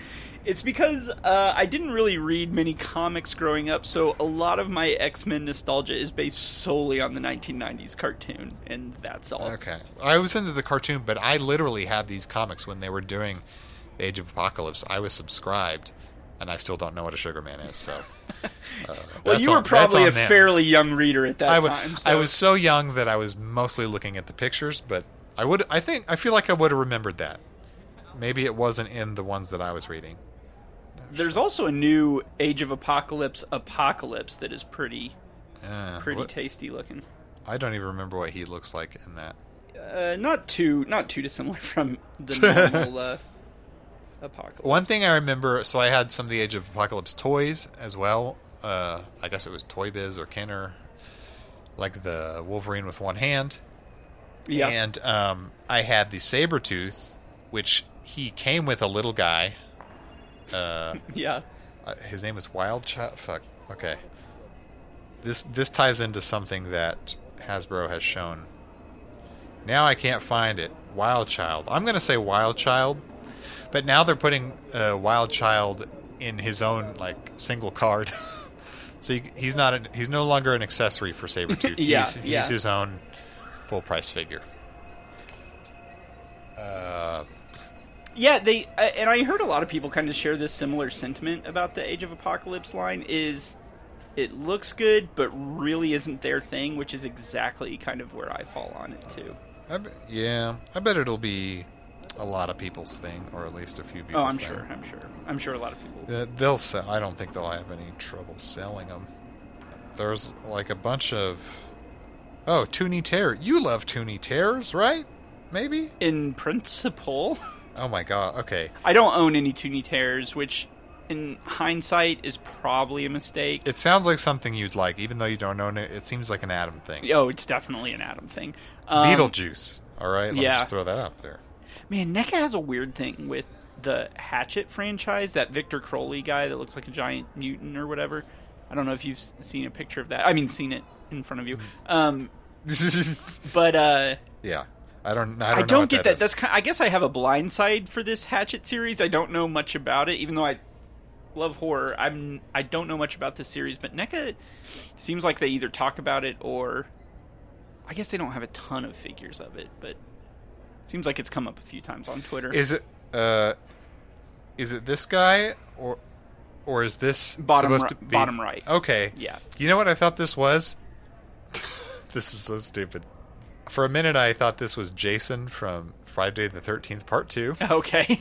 S4: it's because uh, I didn't really read many comics growing up, so a lot of my X Men nostalgia is based solely on the 1990s cartoon, and that's all.
S3: Okay. I was into the cartoon, but I literally had these comics when they were doing Age of Apocalypse. I was subscribed, and I still don't know what a sugar man is. So, uh,
S4: well,
S3: that's
S4: you were
S3: on- that's
S4: probably
S3: on
S4: a
S3: them.
S4: fairly young reader at that
S3: I, w-
S4: time.
S3: I
S4: so-
S3: was so young that I was mostly looking at the pictures, but I would. I think I feel like I would have remembered that. Maybe it wasn't in the ones that I was reading.
S4: There's also a new Age of Apocalypse Apocalypse that is pretty,
S3: Uh,
S4: pretty
S3: what-
S4: tasty looking.
S3: I don't even remember what he looks like in that.
S4: Uh, not too not too dissimilar from the normal uh, apocalypse.
S3: One thing I remember, so I had some of the Age of Apocalypse toys as well. Uh, I guess it was Toy Biz or Kenner, like the Wolverine with one hand.
S4: Yeah,
S3: And um, I had the Sabretooth, which he came with a little guy. Uh,
S4: yeah.
S3: uh, his name is Wild Child. Fuck. Okay. This this ties into something that Hasbro has shown. Now I can't find it. Wild Child. I'm gonna say Wild Child, but now they're putting uh, Wild Child in his own like single card. so he, he's not an, he's no longer an accessory for Sabretooth.
S4: Yeah,
S3: he's,
S4: yeah.
S3: he's his own full price figure. Uh,
S4: Yeah, they uh, and I heard a lot of people kind of share this similar sentiment about the Age of Apocalypse line is it looks good but really isn't their thing, which is exactly kind of where I fall on it too.
S3: I be- yeah, I bet it'll be a lot of people's thing, or at least a few people's
S4: Oh, I'm
S3: thing.
S4: sure. I'm sure. I'm sure a lot of people.
S3: Uh, They'll sell. I don't think they'll have any trouble selling them. There's like a bunch of. Oh, Toonie Terror. You love Toonie Terrors, right? Maybe?
S4: In principle,
S3: Oh my god, okay.
S4: I don't own any Toonie Terrors, which in hindsight is probably a mistake.
S3: It sounds like something you'd like, even though you don't own it. It seems like an Adam thing.
S4: Oh, it's definitely an Adam thing. Um,
S3: Beetlejuice. Alright, let me
S4: yeah.
S3: just throw that out there.
S4: Man, NECA has a weird thing with the Hatchet franchise, that Victor Crowley guy that looks like a giant mutant or whatever. I don't know if you've s- seen a picture of that. I mean, seen it in front of you. Um, but uh,
S3: yeah. I don't, I
S4: I
S3: don't,
S4: don't,
S3: know what
S4: get
S3: that.
S4: that.
S3: is.
S4: That's kind I guess I have a blind side for this Hatchet series. I don't know much about it, even though I love horror. I'm I don't know much about this series, but NECA seems like they either talk about it or I guess they don't have a ton of figures of it, but seems like it's come up a few times on Twitter.
S3: Is it uh is it this guy or or is this
S4: Bottom
S3: supposed
S4: ri-
S3: to be
S4: bottom right.
S3: Okay.
S4: Yeah.
S3: You know what I thought this was? this is so stupid. For a minute I thought this was Jason from Friday the 13th part 2
S4: Okay.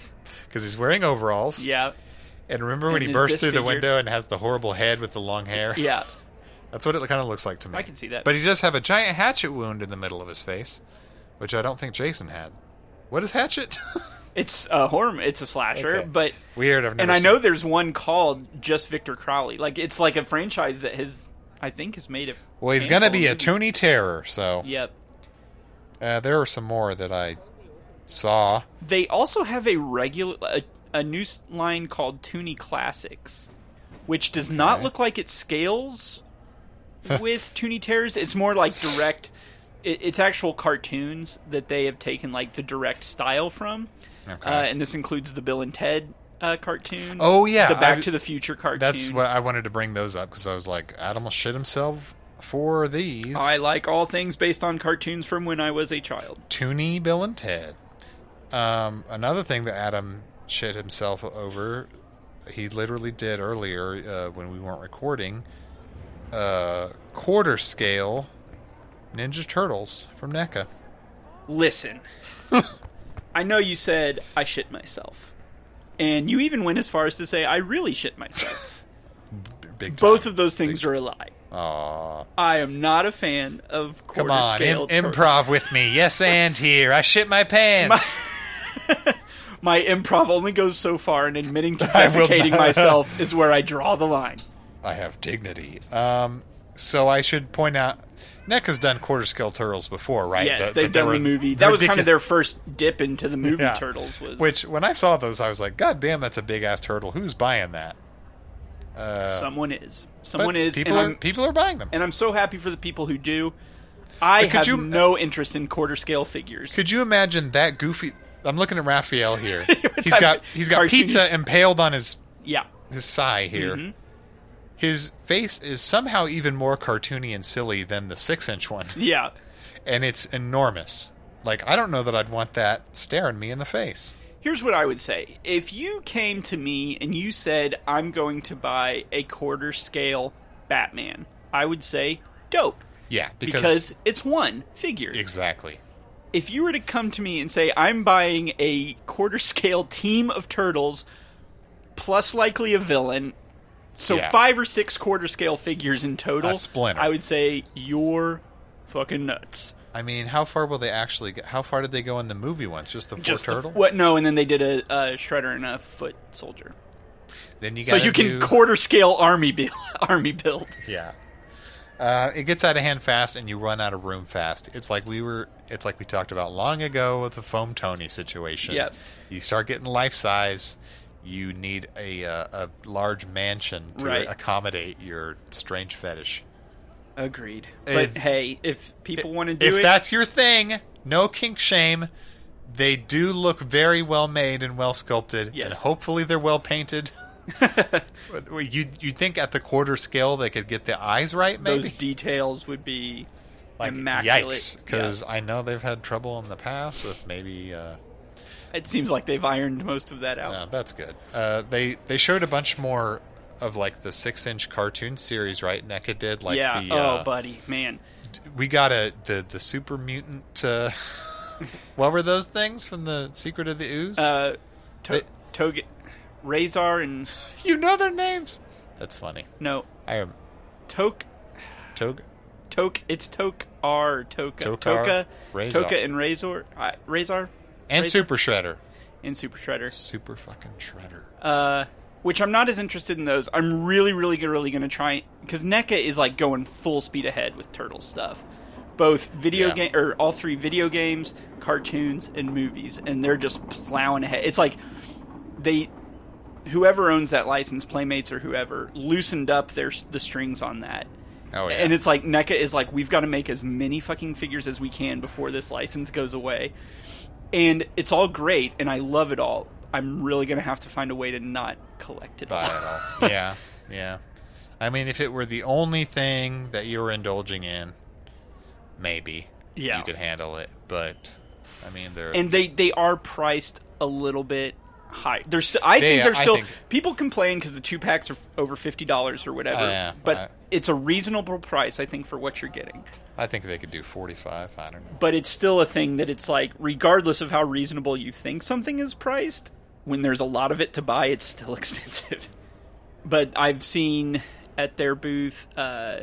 S3: cuz he's wearing overalls.
S4: Yeah.
S3: And remember when
S4: And
S3: he
S4: is
S3: bursts through the
S4: disfigured.
S3: window and has the horrible head with the long hair?
S4: Yeah.
S3: That's what it kind of looks like to me.
S4: I can see that.
S3: But he does have a giant hatchet wound in the middle of his face, which I don't think Jason had. What is hatchet?
S4: It's a horror. mo- It's a slasher,
S3: Okay.
S4: but
S3: Weird. I've never
S4: and I
S3: seen
S4: know there's one called just Victor Crowley. Like it's like a franchise that has, I think, has made it.
S3: Well, he's gonna be a Toonie Terror, so
S4: Yep.
S3: uh, there are some more that I saw.
S4: They also have a regular a, a new s- line called Toonie Classics, which does not look like it scales with Toonie Terrors. It's more like direct. It, it's actual cartoons that they have taken like the direct style from,
S3: Okay.
S4: uh, and this includes the Bill and Ted uh, cartoon.
S3: Oh, yeah,
S4: the Back
S3: I've-
S4: to the Future cartoon.
S3: That's what I wanted to bring those up because I was like, Adam will shit himself for these.
S4: Oh, I like all things based on cartoons from when I was a child.
S3: Toonie, Bill, and Ted. Um, another thing that Adam shit himself over, he literally did earlier uh, when we weren't recording. Uh, quarter scale Ninja Turtles from E NECA.
S4: Listen, I know you said I shit myself, and you even went as far as to say I really shit myself.
S3: B- Big time.
S4: Both of those things are a lie.
S3: Aw.
S4: I am not a fan of quarter
S3: Come on,
S4: scale.
S3: im- improv with me. Yes, and here I shit my pants.
S4: My improv only goes so far, and admitting to
S3: I will
S4: defecating
S3: not.
S4: myself is where I draw the line.
S3: I have dignity. Um, so I should point out, NECA's done quarter scale turtles before, right?
S4: Yes,
S3: That-
S4: they've
S3: that they
S4: done
S3: were
S4: the movie. That was kind
S3: ridiculous-
S4: of their first dip into the movie
S3: Yeah.
S4: Turtles. Was
S3: Which, when I saw those, I was like, "God damn, that's a big ass turtle. Who's buying that?"
S4: someone is,
S3: But
S4: someone is,
S3: People
S4: and
S3: are
S4: I'm
S3: people are buying them.
S4: and I'm so happy for the people who do. I
S3: But could
S4: have
S3: you-
S4: no interest in quarter scale figures.
S3: Could you imagine that goofy? I'm looking at Raphael here. he's
S4: type
S3: got
S4: of
S3: he's got
S4: cartoon- Mm-hmm.
S3: pizza impaled on his
S4: yeah,
S3: his sigh here. His face is somehow even more cartoony and silly than the six inch one,
S4: yeah.
S3: and it's enormous. Like I don't know that I'd want that staring me in the face.
S4: Here's what I would say: If you came to me and you said I'm going to buy a quarter scale Batman, I would say dope
S3: Yeah, because,
S4: because it's one figure.
S3: exactly.
S4: if you were to come to me and say I'm buying a quarter scale team of turtles plus likely a villain so
S3: Yeah.
S4: five or six quarter scale figures in total
S3: A splinter.
S4: I would say you're fucking nuts
S3: I mean, how far will they actually? Get? How far did they go in the movie once? Just the four
S4: just the-
S3: turtle.
S4: what no and then they did a, a shredder and a foot soldier
S3: then you
S4: so
S3: gotta
S4: you can
S3: do-
S4: quarter scale army build army build
S3: Yeah. Uh, it gets out of hand fast, and you run out of room fast. It's like we were. It's like we talked about long ago with the foam Tony situation.
S4: Yep.
S3: You start getting life size. You need a uh, a large mansion to
S4: Right.
S3: accommodate your strange fetish.
S4: agreed
S3: If-
S4: but hey if people want to do
S3: if
S4: it
S3: that's your thing, no kink shame. They do look very well made and well sculpted, and
S4: Yes.
S3: hopefully they're well painted. you you think at the quarter scale they could get the eyes right? Maybe
S4: those details would be
S3: like
S4: immaculate Yeah.
S3: because I know they've had trouble in the past with maybe. Uh,
S4: It seems like they've ironed most of that out.
S3: no, that's good. Uh, they they showed a bunch more of like the six inch cartoon series, right? NECA did like
S4: yeah.
S3: the uh,
S4: oh, buddy, man.
S3: we got a the the super mutant. Uh, what were those things from the Secret of the Ooze?
S4: Uh, to-
S3: They-
S4: Toge, Razor, and
S3: you know their names. That's funny.
S4: no
S3: I am
S4: Toke.
S3: Toga.
S4: Toke. It's Toke R. Toka.
S3: Tokar,
S4: Toka.
S3: Razor.
S4: Toka and Razor. Uh, Razor
S3: and
S4: Razor.
S3: Super Shredder.
S4: and Super Shredder.
S3: Super fucking Shredder.
S4: Uh, which I'm not as interested in those. I'm really, really, really going to try because NECA is like going full speed ahead with turtle stuff. Both video
S3: Yeah.
S4: game or all three video games, cartoons, and movies, and they're just plowing ahead. It's like they whoever owns that license, Playmates or whoever, loosened up their the strings on that.
S3: oh yeah.
S4: And it's like NECA is like we've got to make as many fucking figures as we can before this license goes away. And it's all great and I love it all. I'm really going to have to find a way to not collect it all.
S3: buy it all. yeah, yeah. I mean, if it were the only thing that you were indulging in, maybe
S4: Yeah.
S3: you could handle it. But I mean, they're
S4: and they they are priced a little bit high. They're still I
S3: They-
S4: think they're
S3: I
S4: still
S3: think- Oh,
S4: people complain because the two packs are f- over fifty dollars or whatever.
S3: Yeah,
S4: but
S3: I-
S4: it's a reasonable price I think for what you're getting.
S3: I think they could do forty-five. I don't know.
S4: but it's still a thing that it's like regardless of how reasonable you think something is priced when there's a lot of it to buy it's still expensive but i've seen at their booth uh,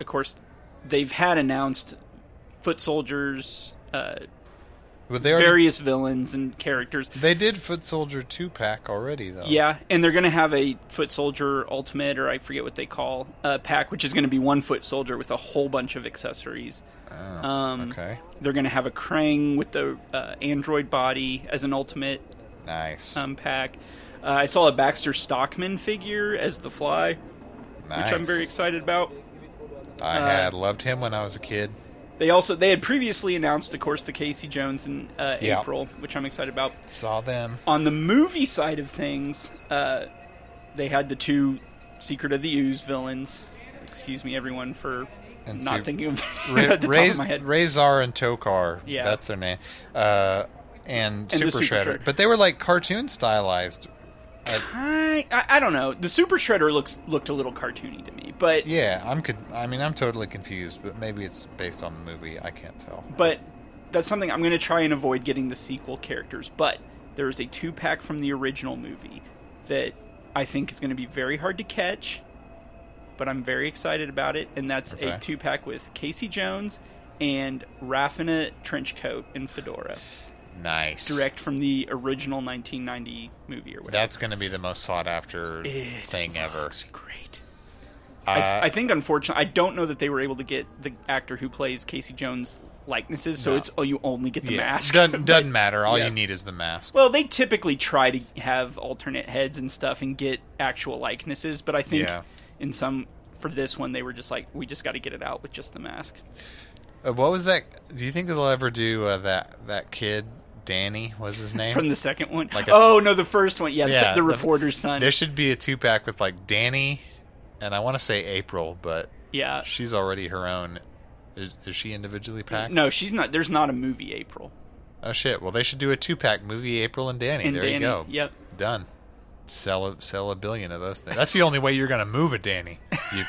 S4: of course they've had announced foot soldiers uh,
S3: But they already,
S4: various villains and characters.
S3: they did Foot Soldier two pack already though.
S4: Yeah, and they're going to have a foot soldier ultimate, or I forget what they call uh, pack, which is going to be one foot soldier with a whole bunch of accessories. um,
S3: Okay.
S4: They're going to have a Krang with the uh, android body as an ultimate
S3: Nice.
S4: um, pack. Uh, I saw a Baxter Stockman figure as the Fly,
S3: nice.
S4: which I'm very uh, excited about.
S3: I had loved him when I was a kid.
S4: They also they had previously announced, of course, the Casey Jones in uh,
S3: Yeah.
S4: April, which I'm excited about.
S3: Saw them.
S4: on the movie side of things, uh, they had the two Secret of the Ooze villains. Excuse me, everyone, for
S3: And
S4: not
S3: so-
S4: thinking of
S3: Ra-
S4: at the top of
S3: Raz-
S4: my head.
S3: Razar and Tokar.
S4: Yeah.
S3: That's their name. Uh, and,
S4: the
S3: Super,
S4: Super
S3: Shredder.
S4: Shredder.
S3: But they were like cartoon stylized.
S4: I, I I don't know. The Super Shredder looks looked a little cartoony to me, but
S3: Yeah, I'm could I mean I'm totally confused, but maybe it's based on the movie. I can't tell.
S4: but that's something I'm going to try and avoid getting the sequel characters. But there is a two pack from the original movie that I think is going to be very hard to catch, but I'm very excited about it. And that's
S3: Okay.
S4: a two pack with Casey Jones and Raffina Trenchcoat and Fedora,
S3: Nice.
S4: direct from the original 1990 movie or whatever.
S3: That's going to be the most sought after thing ever.
S4: That's great.
S3: Uh,
S4: I, I think, unfortunately, I don't know that they were able to get the actor who plays Casey Jones likenesses, so
S3: No.
S4: it's oh, you only get the
S3: yeah.
S4: mask.
S3: Doesn't,
S4: But-
S3: doesn't matter. All
S4: yeah.
S3: you need is the mask.
S4: Well, they typically try to have alternate heads and stuff and get actual likenesses, but I think
S3: Yeah.
S4: in some for this one they were just like, we just got to get it out with just the mask.
S3: Uh, what was that? Do you think they'll ever do uh, that? That kid, Danny, was his name
S4: From the second one,
S3: Like a-
S4: oh no, the first one, yeah,
S3: Yeah,
S4: the, the
S3: the-
S4: reporter's son,
S3: There should be a two pack with like Danny, and I want to say April, but
S4: yeah,
S3: she's already her own. Is, is she individually packed?
S4: no, she's not. There's not a movie April
S3: Oh shit! Well, they should do a two pack movie April and Danny.
S4: and
S3: there
S4: Danny.
S3: you go.
S4: Yep,
S3: Done. Sell a, sell a billion of those things. That's the only way you're gonna move a Danny. You,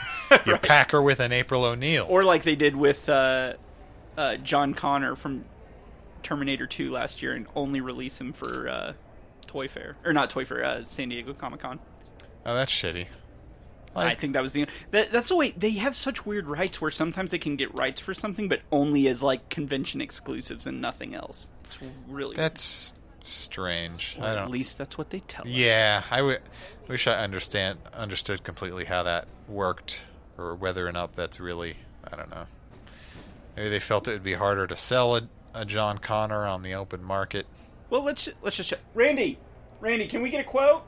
S3: you pack her with an April O'Neil.
S4: or like they did with uh, uh, John Connor from Terminator 2 last year, and only release him for uh, Toy Fair or not Toy Fair, uh, San Diego Comic Con.
S3: oh, that's shitty.
S4: I think that was the that, that's the way they have such weird rights where sometimes they can get rights for something but only as like convention exclusives and nothing else. It's really
S3: that's strange.
S4: Or
S3: I don't.
S4: at least that's what they tell us.
S3: Yeah, I w- wish I understand understood completely how that worked, or whether or not that's really I don't know. Maybe they felt it would be harder to sell a, a John Connor on the open market.
S4: Well, let's let's just Randy, Randy, can we get a quote?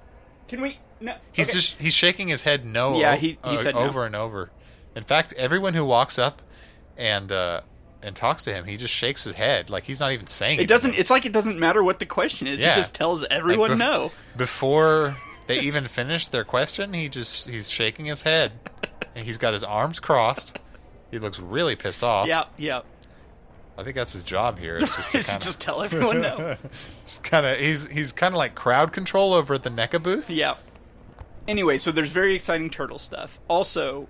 S4: Can we? No.
S3: He's
S4: okay.
S3: just he's shaking his head no.
S4: Yeah,
S3: o-
S4: he- he
S3: o- uh,
S4: said no.
S3: over and over. In fact, everyone who walks up and uh, and talks to him, he just shakes his head like he's not even saying
S4: It doesn't.
S3: anything.
S4: It's like it doesn't matter what the question is. It
S3: Yeah.
S4: just tells everyone
S3: bef-
S4: no.
S3: before they even finish their question. He just he's shaking his head, and he's got his arms crossed. He looks really pissed off.
S4: Yeah, yeah.
S3: I think that's his job here. It's just to
S4: Just,
S3: kinda,
S4: just tell everyone no.
S3: just kind of he's he's kind of like crowd control over at the NECA booth.
S4: Yeah. Anyway, so there's very exciting turtle stuff. Also,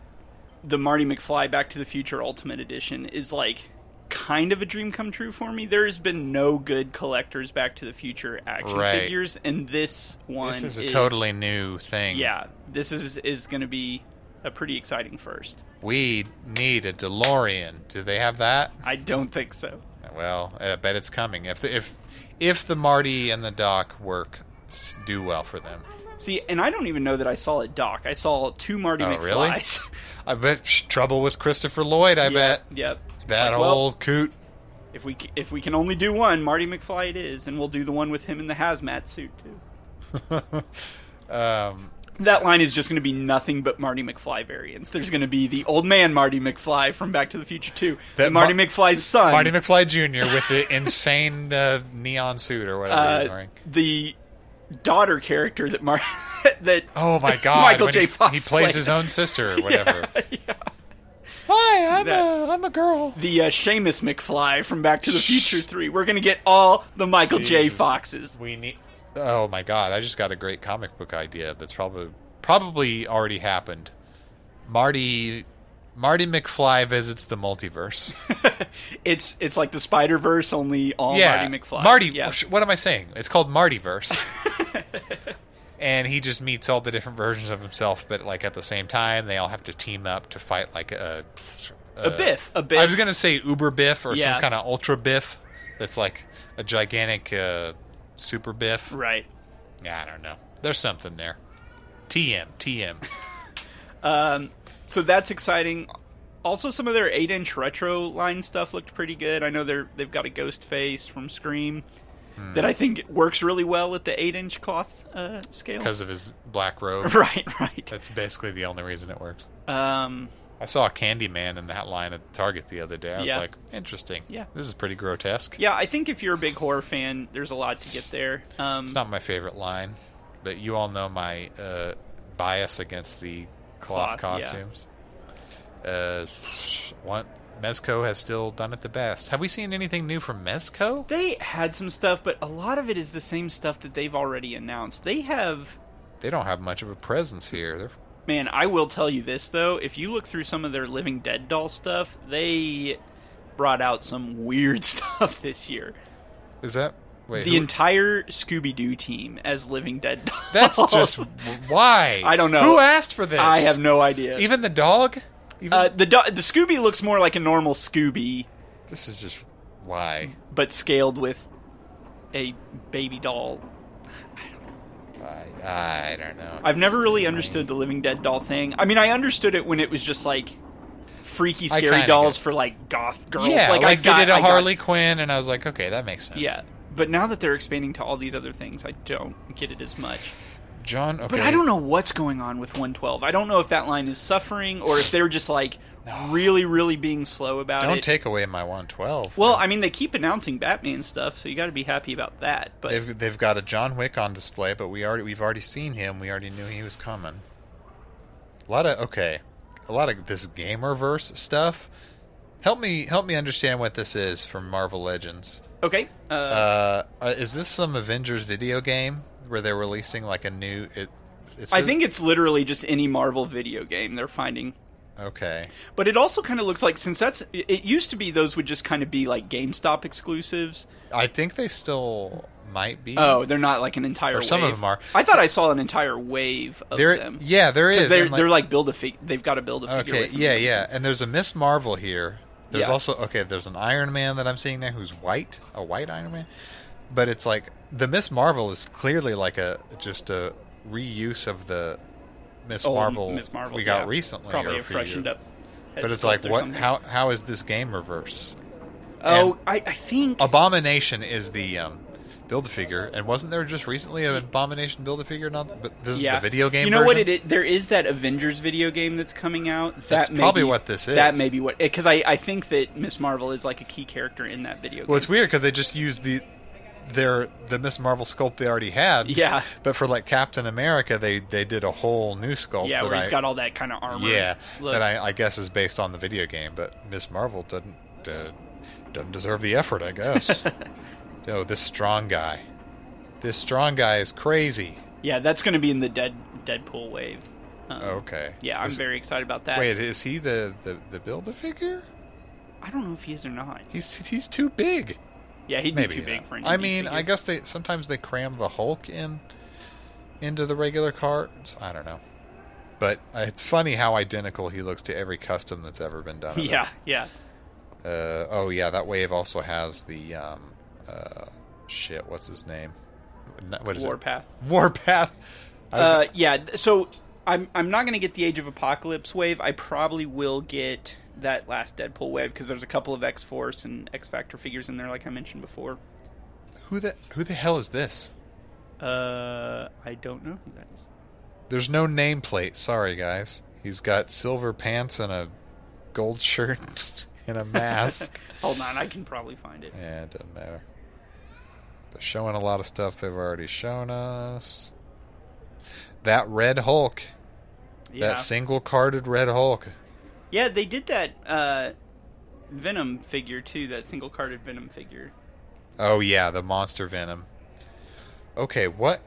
S4: the Marty McFly Back to the Future Ultimate Edition is like kind of a dream come true for me. There has been no good collectors Back to the Future action
S3: Right.
S4: figures, and this one
S3: This is a totally new thing.
S4: yeah. This is is going to be a pretty exciting first.
S3: we need a DeLorean. Do they have that?
S4: I don't think so.
S3: Well, I bet it's coming. If the, if if the Marty and the Doc work s- do well for them,
S4: See, and I don't even know that I saw a doc. I saw two Marty
S3: Oh, really?
S4: McFlys.
S3: I bet psh, trouble with Christopher Lloyd. I bet
S4: Yep. yep. It's
S3: that
S4: like, well,
S3: old coot.
S4: If we c- if we can only do one, Marty McFly it is, and we'll do the one with him in the hazmat suit too.
S3: Um,
S4: That line is just going to be nothing but Marty McFly variants. There's going to be the old man Marty McFly from Back to the Future 2,
S3: That
S4: the Marty
S3: Mar-
S4: McFly's son,
S3: Marty McFly Jr. with the insane uh, neon suit or whatever
S4: uh,
S3: he's wearing.
S4: the daughter character that Mar- that
S3: Oh my God!
S4: Michael
S3: when
S4: J.
S3: He,
S4: Fox
S3: he plays
S4: played.
S3: his own sister or whatever.
S4: yeah.
S3: Hi, I'm
S4: That-
S3: a I'm a girl.
S4: the uh, Seamus McFly from Back to the Future 3. We're going to get all the Michael J.
S3: Jesus.
S4: Foxes.
S3: We need. Oh my god! I just got a great comic book idea that's probably probably already happened. Marty Marty McFly visits the multiverse.
S4: It's it's like the Spider Verse only all
S3: yeah,
S4: Oh, Marty McFly.
S3: Marty.
S4: yeah.
S3: What am I saying? It's called Martyverse. and he just meets all the different versions of himself, but like at the same time, they all have to team up to fight like a
S4: a Biff, a Biff.
S3: I was uh, gonna say Uber Biff or
S4: Yeah.
S3: some kind of Ultra Biff. that's like a gigantic uh, super biff.
S4: Right.
S3: Yeah, I don't know. There's something there. TM, TM.
S4: So that's exciting. Also, some of their eight-inch retro line stuff looked pretty good. I know they're they've got a ghost face from Scream
S3: Hmm.
S4: that I think works really well at the eight-inch cloth uh, scale.
S3: Because of his black robe.
S4: Right, right.
S3: That's basically the only reason it works.
S4: Um,
S3: I saw a Candyman in that line at Target the other day. I was
S4: Yeah.
S3: like, interesting.
S4: Yeah.
S3: This is pretty grotesque.
S4: yeah, I think if you're a big horror fan, there's a lot to get there. Um,
S3: It's not my favorite line, but you all know my uh, bias against the cloth,
S4: Cloth, yeah.
S3: costumes. Uh, what Mezco has still done it the best. Have we seen anything new from Mezco?
S4: they had some stuff, but a lot of it is the same stuff that they've already announced. They have
S3: They don't have much of a presence here. They're
S4: Man, I will tell you this though, if you look through some of their Living Dead doll stuff, they brought out some weird stuff this year.
S3: Is that wait?
S4: The
S3: who-
S4: entire Scooby Doo team as Living Dead dolls.
S3: that's just why.
S4: I don't know.
S3: Who asked for this.
S4: I have no idea.
S3: Even the dog. Even
S4: uh, the do- the Scooby looks more like a normal Scooby,
S3: this is just why.
S4: but scaled with a baby doll.
S3: I, I don't know.
S4: I've never really understood the Living Dead doll thing. I mean, I understood it when it was just like freaky,
S3: I
S4: scary
S3: kinda
S4: dolls
S3: get-
S4: for like goth girls.
S3: Yeah, like,
S4: I
S3: they
S4: got-
S3: did
S4: I
S3: a
S4: got
S3: Harley Quinn, and I was like, okay, that makes sense.
S4: Yeah, but now that they're expanding to all these other things, I don't get it as much.
S3: John. Okay.
S4: But I don't know what's going on with 112. I don't know if that line is suffering or if they're just like really, really being slow about
S3: Don't
S4: it.
S3: take away my 112.
S4: well, I mean, they keep announcing Batman stuff, so you got to be happy about that. But
S3: they've they've got a John Wick on display, but we already we've already seen him. We already knew he was coming. A lot of okay, a lot of this gamerverse stuff. Help me help me understand what this is from Marvel Legends.
S4: okay, uh,
S3: Uh, uh, is this some Avengers video game where they're releasing like a new? It, it
S4: I
S3: says-
S4: think it's literally just any Marvel video game they're finding.
S3: okay.
S4: But it also kind of looks like since that's it it used to be those would just kind of be like GameStop exclusives.
S3: I think they still might be.
S4: Oh, they're not like an entire.
S3: Or some of
S4: wave.
S3: them are.
S4: I thought I saw an entire wave of
S3: there.
S4: them.
S3: Yeah, there is.
S4: Because they're
S3: and,
S4: they're like build a fig- they've got to build a figure.
S3: Okay,
S4: with them.
S3: yeah, yeah. And there's a Miss Marvel here. There's
S4: Yeah.
S3: also okay, there's an Iron Man that I'm seeing there who's white, a white Iron Man. But it's like the Miss Marvel is clearly like a just a reuse of the Miss
S4: Old
S3: Marvel,
S4: Oh, Miss Marvel
S3: we got
S4: yeah.
S3: recently
S4: probably
S3: or
S4: a
S3: a few
S4: freshened
S3: year-
S4: up.
S3: But it's like
S4: sculpt or
S3: what
S4: something.
S3: how how is this game reverse?
S4: Oh,
S3: and-
S4: I, I think
S3: Abomination is the um build a figure and wasn't there just recently an Abomination build a figure not but this
S4: yeah.
S3: is the video game
S4: You know what it
S3: version?
S4: is? There is that Avengers video game that's coming out. That
S3: That's
S4: may
S3: probably
S4: be-
S3: what this
S4: That
S3: is.
S4: may be what because I, I think that Miss Marvel is like a key character in that video.
S3: Well,
S4: game.
S3: it's weird because they just used the their the Miss Marvel sculpt they already had.
S4: Yeah.
S3: But for like Captain America, they they did a whole new sculpt.
S4: yeah,
S3: that
S4: where he's
S3: I-
S4: got all that kind of armor.
S3: yeah
S4: look.
S3: that I, I guess is based on the video game. But Miss Marvel doesn't uh, doesn't deserve the effort, I guess. no, this strong guy, this strong guy is crazy.
S4: yeah, that's going to be in the Dead Deadpool wave. Um,
S3: Okay.
S4: Yeah, I'm
S3: Oh, Is-
S4: very excited about that.
S3: Wait, is he the the, the build a figure?
S4: I don't know if he is or not.
S3: He's he's too big.
S4: Yeah, he'd
S3: Maybe
S4: be too
S3: yeah.
S4: big for an E
S3: I
S4: indie
S3: mean, I
S4: figure.
S3: guess they sometimes they cram the Hulk in into the regular cards. I don't know, but uh, it's funny how identical he looks to every custom that's ever been done. of it.
S4: Yeah, yeah.
S3: Uh, oh yeah, that wave also has the um, uh, shit. What's his name? N- What is
S4: Warpath.
S3: it? Warpath. I was
S4: Uh,
S3: gonna-
S4: yeah. th- So I'm I'm not gonna get the Age of Apocalypse wave. I probably will get that last Deadpool wave because there's a couple of X Force and X Factor figures in there, like I mentioned before.
S3: who the who the hell is this?
S4: Uh, I don't know who that is.
S3: There's no nameplate. Sorry guys. He's got silver pants and a gold shirt and a mask.
S4: Hold on, I can probably find it.
S3: Yeah, it doesn't matter. They're showing a lot of stuff they've already shown us. That Red Hulk,
S4: Yeah,
S3: that single carded Red Hulk.
S4: yeah. They did that uh, Venom figure too. That single carded Venom figure.
S3: Oh yeah, the Monster Venom. Okay, what?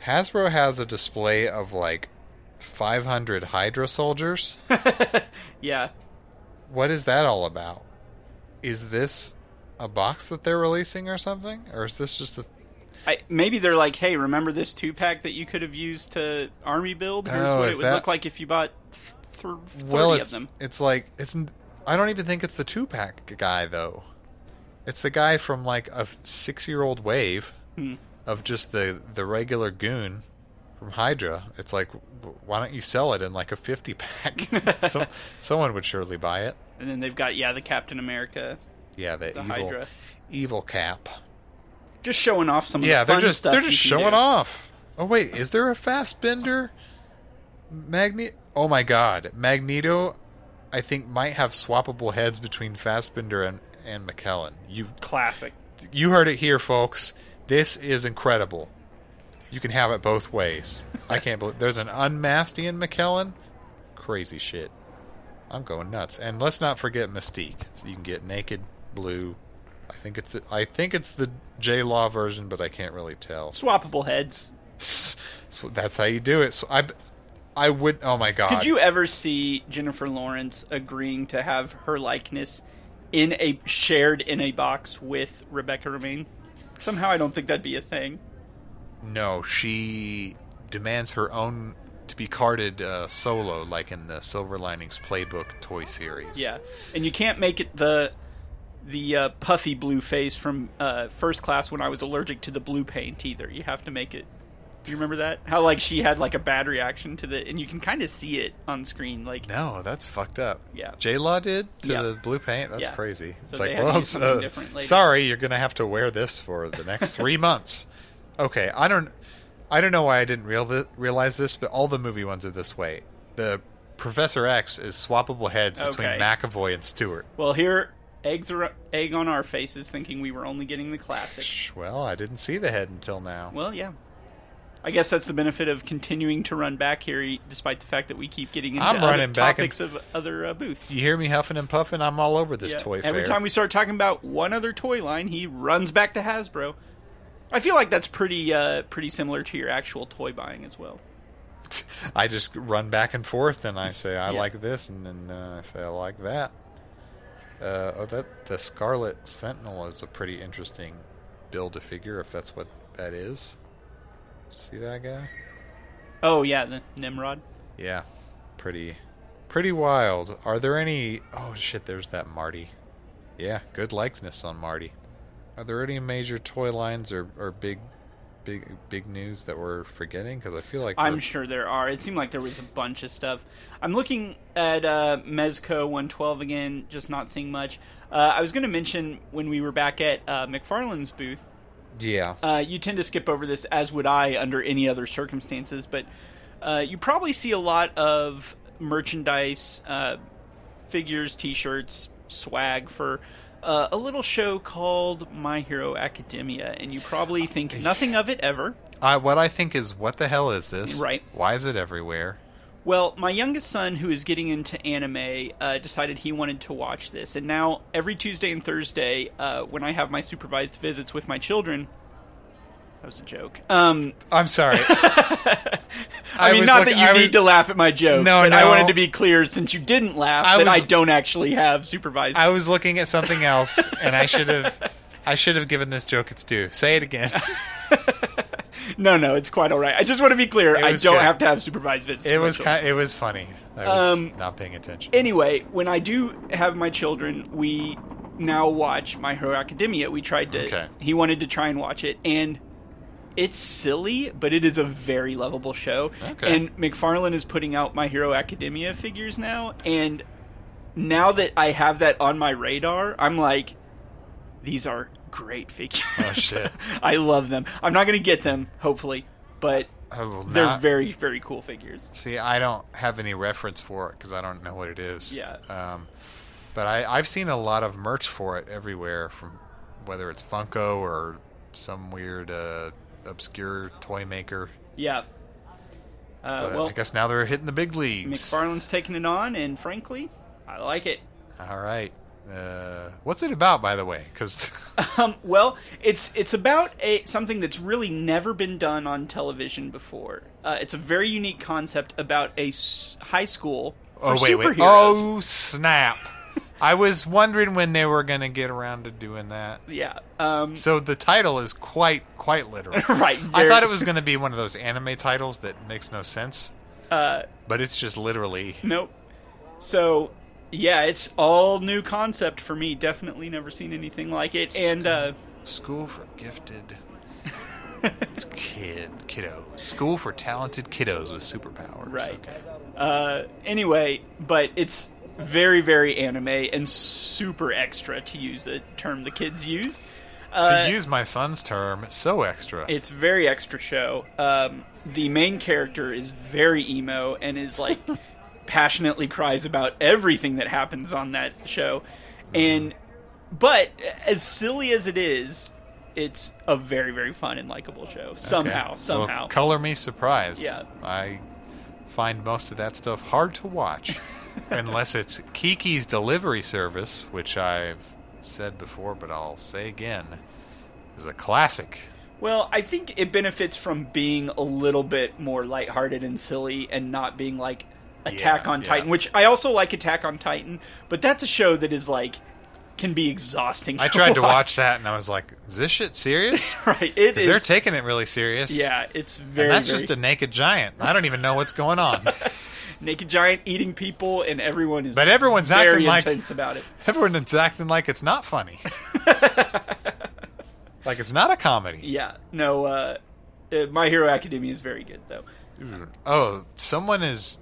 S3: Hasbro has a display of like 500 Hydra soldiers.
S4: Yeah.
S3: what is that all about? Is this a box that they're releasing or something, or is this just a?
S4: I, maybe they're like, hey, remember this two pack that you could have used to army build? Here's
S3: Oh,
S4: what
S3: is
S4: it would
S3: that-
S4: look like if you bought th- th- 30
S3: Well,
S4: of
S3: it's
S4: them.
S3: it's like it's. n- I don't even think it's the two pack guy though. It's the guy from like a six year old wave
S4: Hmm.
S3: of just the, the regular goon from Hydra. It's like, w- why don't you sell it in like a 50 pack? Some, someone would surely buy it.
S4: And then they've got yeah the Captain America,
S3: Yeah, the, evil,
S4: Hydra.
S3: evil cap.
S4: just showing off some.
S3: Yeah,
S4: of the
S3: they're
S4: fun
S3: just
S4: stuff
S3: they're just
S4: you can
S3: showing
S4: do.
S3: off. Oh wait, is there a Fastbender? Magne Oh my god, Magneto, I think might have swappable heads between Fastbender and and McKellen. You
S4: Classic.
S3: you heard it here, folks. This is incredible. You can have it both ways. I can't believe there's an unmasked Ian McKellen. Crazy shit. I'm going nuts. And let's not forget Mystique. So you can get naked blue. I think it's the I think it's the J Law version, but I can't really tell.
S4: Swappable heads.
S3: So that's how you do it. So I I would oh my god.
S4: Could you ever see Jennifer Lawrence agreeing to have her likeness in a shared in a box with Rebecca Romaine? Somehow, I don't think that'd be a thing.
S3: No, she demands her own to be carded uh, solo, like in the Silver Linings Playbook toy series.
S4: Yeah, and you can't make it the the uh, puffy blue face from uh, first class when I was allergic to the blue paint either. You have to make it. Do you remember that? How like she had like a bad reaction to the, and you can kind of see it on screen. Like
S3: No, that's fucked up.
S4: Yeah.
S3: J Law did to
S4: Yeah.
S3: the blue paint. That's
S4: Yeah.
S3: crazy. it's
S4: So they
S3: like,
S4: had to
S3: well,
S4: use something
S3: uh,
S4: different later.
S3: sorry, you're gonna have to wear this for the next three months. Okay, I don't, I don't know why I didn't real realize this, but all the movie ones are this way. The Professor X is swappable head between
S4: Okay.
S3: McAvoy and Stewart.
S4: well, here eggs are egg on our faces, thinking we were only getting the classic.
S3: Shh, Well, I didn't see the head until now.
S4: Well, yeah. I guess that's the benefit of continuing to run back here, e- despite the fact that we keep getting into
S3: I'm
S4: other
S3: running back and-
S4: topics of other uh, booths.
S3: you hear me huffing and puffing? I'm all over this
S4: Yeah.
S3: toy fair.
S4: Every time we start talking about one other toy line, he runs back to Hasbro. I feel like that's pretty uh, pretty similar to your actual toy buying as well.
S3: I just run back and forth, and I say I
S4: Yeah.
S3: like this, and, then then I say I like that. Uh, oh, that the Scarlet Sentinel is a pretty interesting build a figure, if that's what that is. See that guy?
S4: Oh yeah, the Nimrod.
S3: Yeah, pretty, pretty wild. Are there any? Oh shit, there's that Marty. Yeah, good likeness on Marty. Are there any major toy lines or, or big, big, big news that we're forgetting? Because I feel like
S4: I'm
S3: we're-
S4: sure there are. It seemed like there was a bunch of stuff. I'm looking at uh, Mezco 112 again, just not seeing much. Uh, I was going to mention when we were back at uh, McFarlane's booth,
S3: yeah.
S4: Uh, you tend to skip over this, as would I under any other circumstances, but uh, you probably see a lot of merchandise, uh, figures, t shirts, swag for uh, a little show called My Hero Academia, and you probably think nothing of it ever.
S3: I, what I think is, what the hell is this?
S4: Right.
S3: Why is it everywhere?
S4: Well, my youngest son, who is getting into anime, uh, decided he wanted to watch this. And now, every Tuesday and Thursday, uh, when I have my supervised visits with my children, that was a joke. Um,
S3: I'm sorry.
S4: I, mean,
S3: was
S4: not
S3: looking-
S4: that you
S3: I was-
S4: need to laugh at my jokes,
S3: No,
S4: but I
S3: no.
S4: wanted to be clear since you didn't laugh
S3: I
S4: that
S3: was-
S4: I don't actually have supervised.
S3: I was looking at something else, and I should have, I should have given this joke its due. Say it again.
S4: no, no, it's quite all right. I just want to be clear.
S3: It
S4: I
S3: was
S4: don't
S3: good.
S4: have to have supervised visits.
S3: It
S4: with my
S3: was
S4: children.
S3: kind. It was funny. I was
S4: Um,
S3: not paying attention.
S4: Anyway, when I do have my children, we now watch My Hero Academia. We tried to.
S3: Okay.
S4: He wanted to try and watch it, and it's silly, but it is a very lovable show.
S3: Okay.
S4: And McFarlane is putting out My Hero Academia figures now, and now that I have that on my radar, I'm like, these are great figures.
S3: Oh, shit.
S4: I love them. I'm not going to get them, hopefully, but
S3: I will
S4: they're
S3: not-
S4: very, very cool figures.
S3: See, I don't have any reference for it because I don't know what it is.
S4: Yeah.
S3: Um, but I, I've seen a lot of merch for it everywhere, from whether it's Funko or some weird uh, obscure toy maker.
S4: Yeah. Uh,
S3: But
S4: well,
S3: I guess now they're hitting the big leagues.
S4: McFarlane's taking it on, and frankly, I like it.
S3: All right. Uh, what's it about, by the way? Because
S4: Um, well, it's it's about a something that's really never been done on television before. Uh, it's a very unique concept about a s- high school for
S3: oh wait,
S4: superheroes.
S3: wait, oh snap! I was wondering when they were going to get around to doing that.
S4: yeah. Um,
S3: So the title is quite quite literal.
S4: Right,
S3: I
S4: very-
S3: thought it was going to be one of those anime titles that makes no sense,
S4: uh,
S3: but it's just literally
S4: nope. So yeah, it's all new concept for me. Definitely never seen anything like it. And uh,
S3: School for gifted kid kiddos. School for talented kiddos with superpowers.
S4: Right.
S3: Okay.
S4: uh, anyway, but it's very, very anime and super extra to use the term the kids used. Uh,
S3: to use my son's term, so extra.
S4: It's very extra show. Um, the main character is very emo and is like passionately cries about everything that happens on that show. And but as silly as it is, it's a very very fun and likable show.
S3: Okay.
S4: Somehow,
S3: Well,
S4: somehow.
S3: color me surprised.
S4: Yeah.
S3: I find most of that stuff hard to watch unless it's Kiki's delivery service, which I've said before, but I'll say again, is a classic.
S4: well, I think it benefits from being a little bit more lighthearted and silly and not being like Attack
S3: Yeah,
S4: on
S3: yeah.
S4: Titan, which I also like Attack on Titan, but that's a show that is like can be exhausting.
S3: I tried to watch that and I was like, is this shit serious?
S4: Right. It
S3: Because they're
S4: is.
S3: taking it really serious.
S4: yeah, it's very.
S3: And that's
S4: very
S3: just a naked giant. I don't even know what's going on.
S4: naked giant eating people, and everyone is.
S3: But everyone's
S4: very
S3: acting like-
S4: intense about it.
S3: Everyone's acting like it's not funny. like it's not a comedy.
S4: Yeah. No. Uh, uh, My Hero Academia is very good though.
S3: Oh, someone is.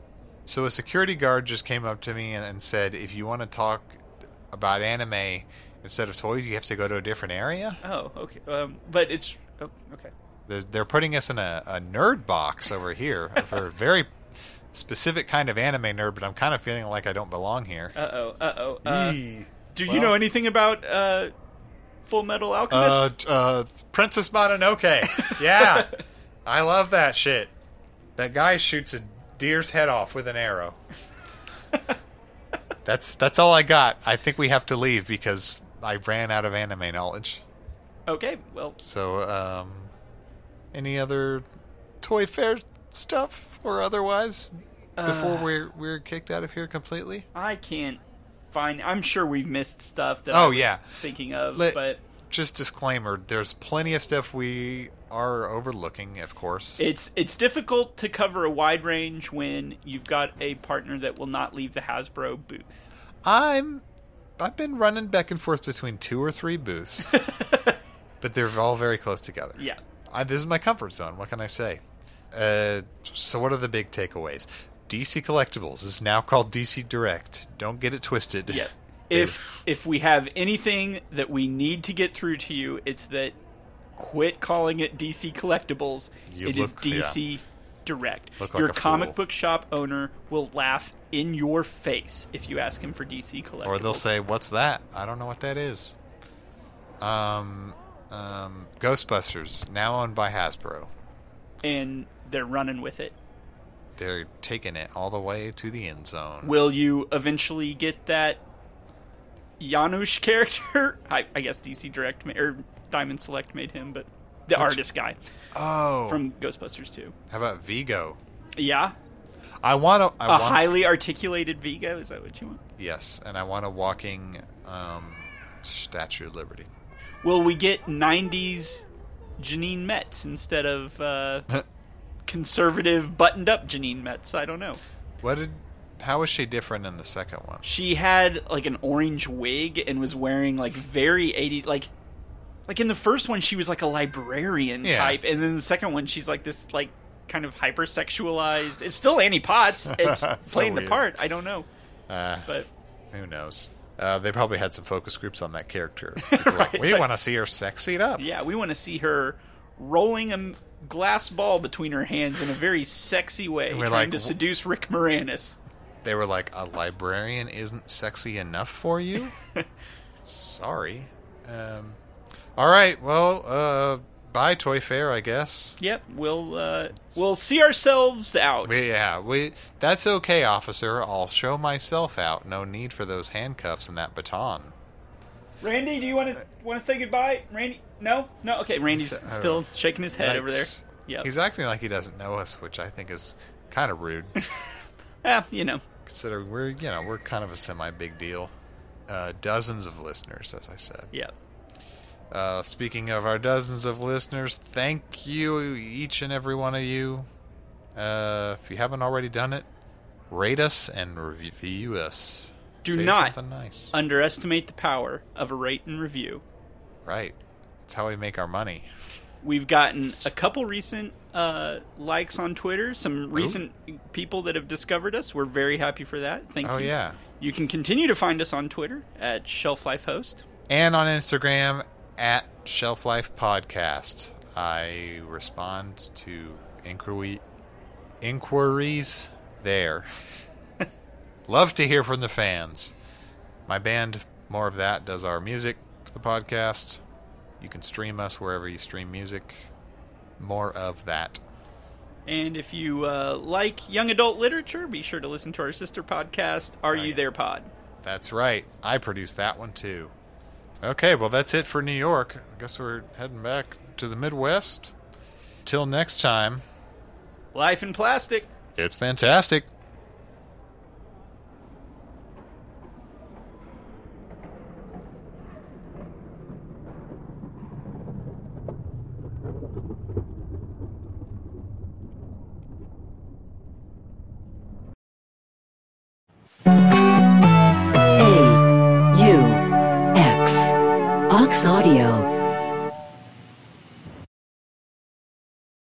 S3: So a security guard just came up to me and, and said, if you want to talk about anime instead of toys, you have to go to a different area.
S4: Oh, okay. Um, but it's oh, okay.
S3: They're, they're putting us in a, a nerd box over here for a very specific kind of anime nerd, but I'm kind of feeling like I don't belong here.
S4: Uh oh. Uh oh. Uh,
S3: Eee.
S4: do you
S3: well.
S4: know anything about uh, Full Metal Alchemist?
S3: Uh, uh, Princess Mononoke. Yeah. I love that shit. That guy shoots a deer's head off with an arrow. that's that's all I got. I think we have to leave because I ran out of anime knowledge.
S4: okay. Well,
S3: So, um, any other toy fair stuff or otherwise before
S4: Uh.
S3: we're we're kicked out of here completely?
S4: I can't find. I'm sure we've missed stuff that. I
S3: Oh,
S4: was
S3: yeah.
S4: Thinking of,
S3: Let-
S4: but
S3: Just disclaimer: there's plenty of stuff we are overlooking, of course.
S4: It's it's difficult to cover a wide range when you've got a partner that will not leave the Hasbro booth.
S3: I'm I've been running back and forth between two or three booths, but they're all very close together.
S4: Yeah.
S3: I, this is my comfort zone. What can I say? Uh, so, what are the big takeaways? DC Collectibles is now called DC Direct. Don't get it twisted.
S4: Yeah. If if we have anything that we need to get through to you, it's that quit calling it DC Collectibles.
S3: You
S4: It is
S3: look-
S4: DC Direct.
S3: Look like
S4: your
S3: a
S4: comic
S3: fool.
S4: book shop owner will laugh in your face if you ask him for DC Collectibles.
S3: or they'll say, "What's that? I don't know what that is." Um, um, Ghostbusters now owned by Hasbro.
S4: and they're running with it.
S3: They're taking it all the way to the end zone.
S4: Will you eventually get that Janusz character? I, I guess DC Direct ma- or Diamond Select made him, but the artist guy
S3: oh,
S4: from Ghostbusters 2.
S3: how about Vigo?
S4: Yeah,
S3: I want to. I
S4: a
S3: want.
S4: highly articulated Vigo. Is that what you want?
S3: Yes, and I want a walking um, Statue of Liberty.
S4: Will we get '90s Janine Metz instead of uh, conservative buttoned-up Janine Metz? I don't know.
S3: What did? How is she different in the second one?
S4: she had like an orange wig and was wearing like very 80 like like in the first one she was like a librarian
S3: Yeah.
S4: type and then the second one she's like this like kind of hypersexualized it's still Annie Potts it's
S3: So
S4: playing the
S3: weird.
S4: part I don't know
S3: Uh,
S4: but
S3: who knows? Uh, they probably had some focus groups on that character. Like, they're like,
S4: Right,
S3: we
S4: like-
S3: want to see her sexied up.
S4: yeah we want to see her rolling a m- glass ball between her hands in a very sexy way
S3: we're
S4: trying
S3: like,
S4: to
S3: "Wh-
S4: seduce Rick Moranis
S3: They were like, a librarian isn't sexy enough for you. Sorry. Um, all right. Well, uh, bye, Toy Fair. I guess.
S4: yep we'll uh we'll see ourselves out
S3: We- Yeah, we. That's okay, officer. I'll show myself out. No need for those handcuffs and that baton.
S4: Randy, do you want to want to say goodbye? Randy, no, no. Okay, Randy's
S3: He's, uh,
S4: still shaking his head over there.
S3: Yikes.
S4: Yeah,
S3: He's acting like he doesn't know us, which I think is kind of rude,
S4: ah, you know,
S3: considering we're you know we're kind of a semi big deal. Uh, dozens of listeners, as I said.
S4: yeah.
S3: Uh, speaking of our dozens of listeners, thank you each and every one of you. Uh, if you haven't already done it, rate us and review us.
S4: Do
S3: Say
S4: not
S3: something nice.
S4: underestimate the power of a rate and review.
S3: right. That's how we make our money.
S4: We've gotten a couple recent uh, likes on Twitter, some recent people that have discovered us. We're very happy for that. Thank
S3: Oh
S4: you.
S3: yeah.
S4: You can continue to find us on Twitter at Shelf Life Host.
S3: and on Instagram at Shelf Life Podcast. I respond to inquiry inquiries there. Love to hear from the fans. My band, more of that, does our music for the podcast. You can stream us wherever you stream music. More of that.
S4: And if you uh, like young adult literature, be sure to listen to our sister podcast, Are You
S3: yeah.
S4: There Pod.
S3: That's right. I produced that one too. Okay, well, that's it for New York. I guess we're heading back to the Midwest. Till next time.
S4: Life in Plastic.
S3: It's fantastic.